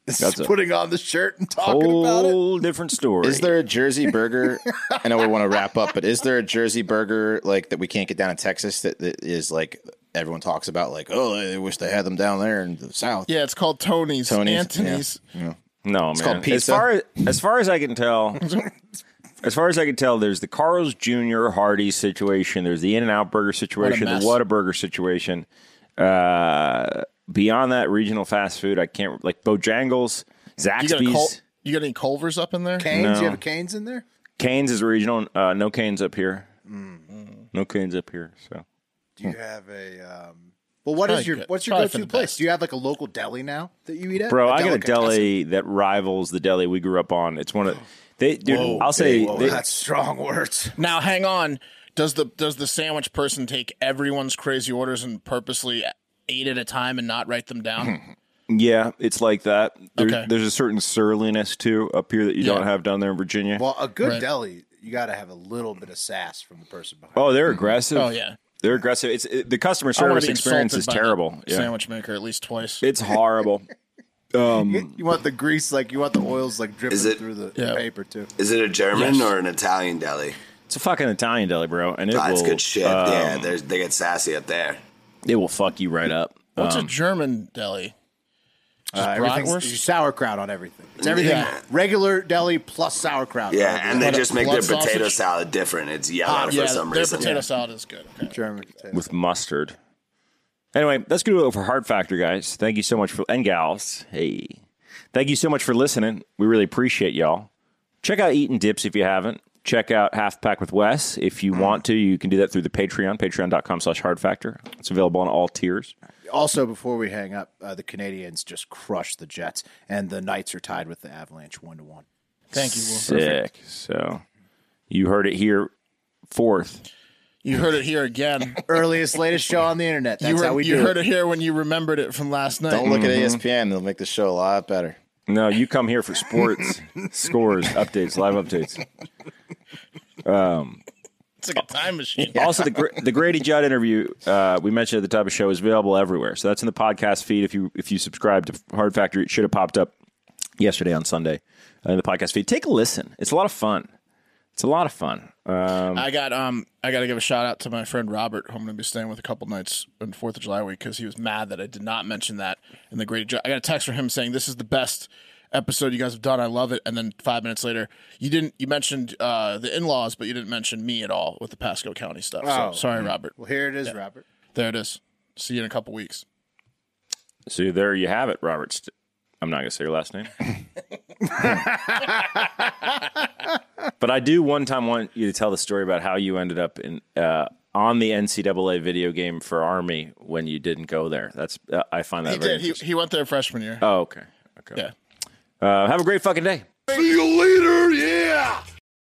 [SPEAKER 7] Just
[SPEAKER 2] a-
[SPEAKER 7] putting on the shirt and talking about it.
[SPEAKER 2] Whole different story.
[SPEAKER 1] Is there a Jersey burger? I know we want to wrap up, but is there a Jersey burger like that we can't get down in Texas that, that is like everyone talks about? Like, oh, I wish they had them down there in the South.
[SPEAKER 3] Yeah, it's called Tony's.
[SPEAKER 1] Tony's,
[SPEAKER 3] Anthony's.
[SPEAKER 2] No, man.
[SPEAKER 1] called
[SPEAKER 2] As
[SPEAKER 1] pizza.
[SPEAKER 2] far as, as far as I can tell, as far as I can tell, there's the Carl's Jr. Hardy situation. There's the In and Out Burger situation.
[SPEAKER 3] mess.
[SPEAKER 2] the Whataburger situation. Uh, beyond that, regional fast food. I can't like Bojangles,
[SPEAKER 3] You got a Col-
[SPEAKER 2] Zaxby's,
[SPEAKER 3] you got any Culvers up in there?
[SPEAKER 7] Canes?
[SPEAKER 2] No.
[SPEAKER 7] You have a Canes in there?
[SPEAKER 2] Canes is regional. Uh, no Canes up here. No Canes up here. So
[SPEAKER 7] Do you have a? Um, well, what
[SPEAKER 3] Probably
[SPEAKER 7] is your
[SPEAKER 3] good.
[SPEAKER 7] what's your
[SPEAKER 3] Probably
[SPEAKER 7] go
[SPEAKER 3] for
[SPEAKER 7] to
[SPEAKER 3] the
[SPEAKER 7] place?
[SPEAKER 3] best.
[SPEAKER 7] Do you have like a local deli now that you eat at?
[SPEAKER 2] Bro, I got a
[SPEAKER 7] deli.
[SPEAKER 2] deli that rivals the deli we grew up on. It's one of they. Dude, I'll say
[SPEAKER 7] Whoa,
[SPEAKER 2] they,
[SPEAKER 7] that's strong words.
[SPEAKER 3] Now, hang on. Does the does the sandwich person take everyone's crazy orders and purposely eight at a time and not write them down?
[SPEAKER 2] yeah, it's like that. There,
[SPEAKER 3] Okay.
[SPEAKER 2] There's a certain surliness too up here that you don't
[SPEAKER 3] Yeah.
[SPEAKER 2] have down there in Virginia.
[SPEAKER 7] Well, a good
[SPEAKER 3] Right.
[SPEAKER 7] deli, you got to have a little bit of sass from the person behind.
[SPEAKER 2] oh, they're aggressive.
[SPEAKER 3] oh yeah,
[SPEAKER 2] they're aggressive. It's it, the customer
[SPEAKER 3] I wanna
[SPEAKER 2] service
[SPEAKER 3] be
[SPEAKER 2] experience
[SPEAKER 3] insulted
[SPEAKER 2] is
[SPEAKER 3] by the
[SPEAKER 2] terrible. Yeah.
[SPEAKER 3] Sandwich maker at least twice.
[SPEAKER 2] It's horrible. um,
[SPEAKER 7] You want the grease, like you want the oils, like dripping
[SPEAKER 5] Is it-
[SPEAKER 7] through the
[SPEAKER 3] Yeah.
[SPEAKER 7] paper too.
[SPEAKER 5] Is it a German
[SPEAKER 3] Yes.
[SPEAKER 5] or an Italian deli?
[SPEAKER 2] it's a fucking Italian deli, bro, and it
[SPEAKER 5] Oh, that's
[SPEAKER 2] will
[SPEAKER 5] good shit.
[SPEAKER 2] um,
[SPEAKER 5] yeah, there's- they get sassy up there.
[SPEAKER 2] it will fuck you right up.
[SPEAKER 3] What's
[SPEAKER 2] Um,
[SPEAKER 3] a German deli?
[SPEAKER 7] Uh, everything's
[SPEAKER 3] bratwurst?
[SPEAKER 7] you sauerkraut on everything. It's everything
[SPEAKER 3] Yeah.
[SPEAKER 7] regular deli plus sauerkraut.
[SPEAKER 5] Yeah, and they
[SPEAKER 3] What a
[SPEAKER 5] just make their
[SPEAKER 3] blood
[SPEAKER 5] potato
[SPEAKER 3] sausage?
[SPEAKER 5] salad different. It's yellow
[SPEAKER 3] Ah,
[SPEAKER 5] for
[SPEAKER 3] yeah,
[SPEAKER 5] some
[SPEAKER 3] their
[SPEAKER 5] reason.
[SPEAKER 3] potato salad is good. Okay.
[SPEAKER 7] German potato.
[SPEAKER 2] with mustard. Anyway, that's good to do it for Hard Factor, guys. Thank you so much for and gals. Hey, thank you so much for listening. We really appreciate y'all. Check out Eating Dips if you haven't. check out Half Pack with Wes. If you want to, you can do that through the Patreon, patreon.com slash hard factor. It's available on all tiers.
[SPEAKER 1] Also, before we hang up, uh, the Canadians just crushed the Jets, and the Knights are tied with the Avalanche one to one.
[SPEAKER 3] Thank you, Will.
[SPEAKER 2] Sick. So you heard it here fourth.
[SPEAKER 3] You heard it here again.
[SPEAKER 1] Earliest, latest show on the internet. That's
[SPEAKER 3] you were-
[SPEAKER 1] how we
[SPEAKER 3] you
[SPEAKER 1] do
[SPEAKER 3] heard
[SPEAKER 1] it.
[SPEAKER 3] it here when you remembered it from last night.
[SPEAKER 4] Don't look
[SPEAKER 1] E
[SPEAKER 4] at ESPN; they'll make the show a lot better.
[SPEAKER 2] No, you come here for sports, scores, updates, live updates.
[SPEAKER 3] It's like a time machine.
[SPEAKER 2] Also, the Gr- the Grady Judd interview uh, we mentioned at the top of the show is available everywhere. So that's in the podcast feed. If you if you subscribe to Hard Factor, it should have popped up yesterday on Sunday uh, in the podcast feed. Take a listen. It's a lot of fun. It's a lot of fun. Um,
[SPEAKER 3] I got um I got to give a shout out to my friend Robert, who I'm going to be staying with a couple nights on Fourth of July week because he was mad that I did not mention that in the great. Ju- I got a text from him saying this is the best episode you guys have done. I love it. And then five minutes later, you didn't you mentioned uh, the in laws, but you didn't mention me at all with the Pasco County stuff.
[SPEAKER 1] Oh.
[SPEAKER 3] so sorry, Robert.
[SPEAKER 1] Well, here it is, Robert.
[SPEAKER 3] There it is. See you in a couple weeks.
[SPEAKER 2] so there you have it, Robert. St- I'm not going to say your last name, but I do one time want you to tell the story about how you ended up in uh, on the NCAA video game for Army when you didn't go there. That's uh, I find that
[SPEAKER 3] He
[SPEAKER 2] very
[SPEAKER 3] did. He,
[SPEAKER 2] interesting.
[SPEAKER 3] he went there freshman year.
[SPEAKER 2] oh, okay. Okay.
[SPEAKER 3] Yeah.
[SPEAKER 2] Uh, have a great fucking day.
[SPEAKER 8] See you later, yeah!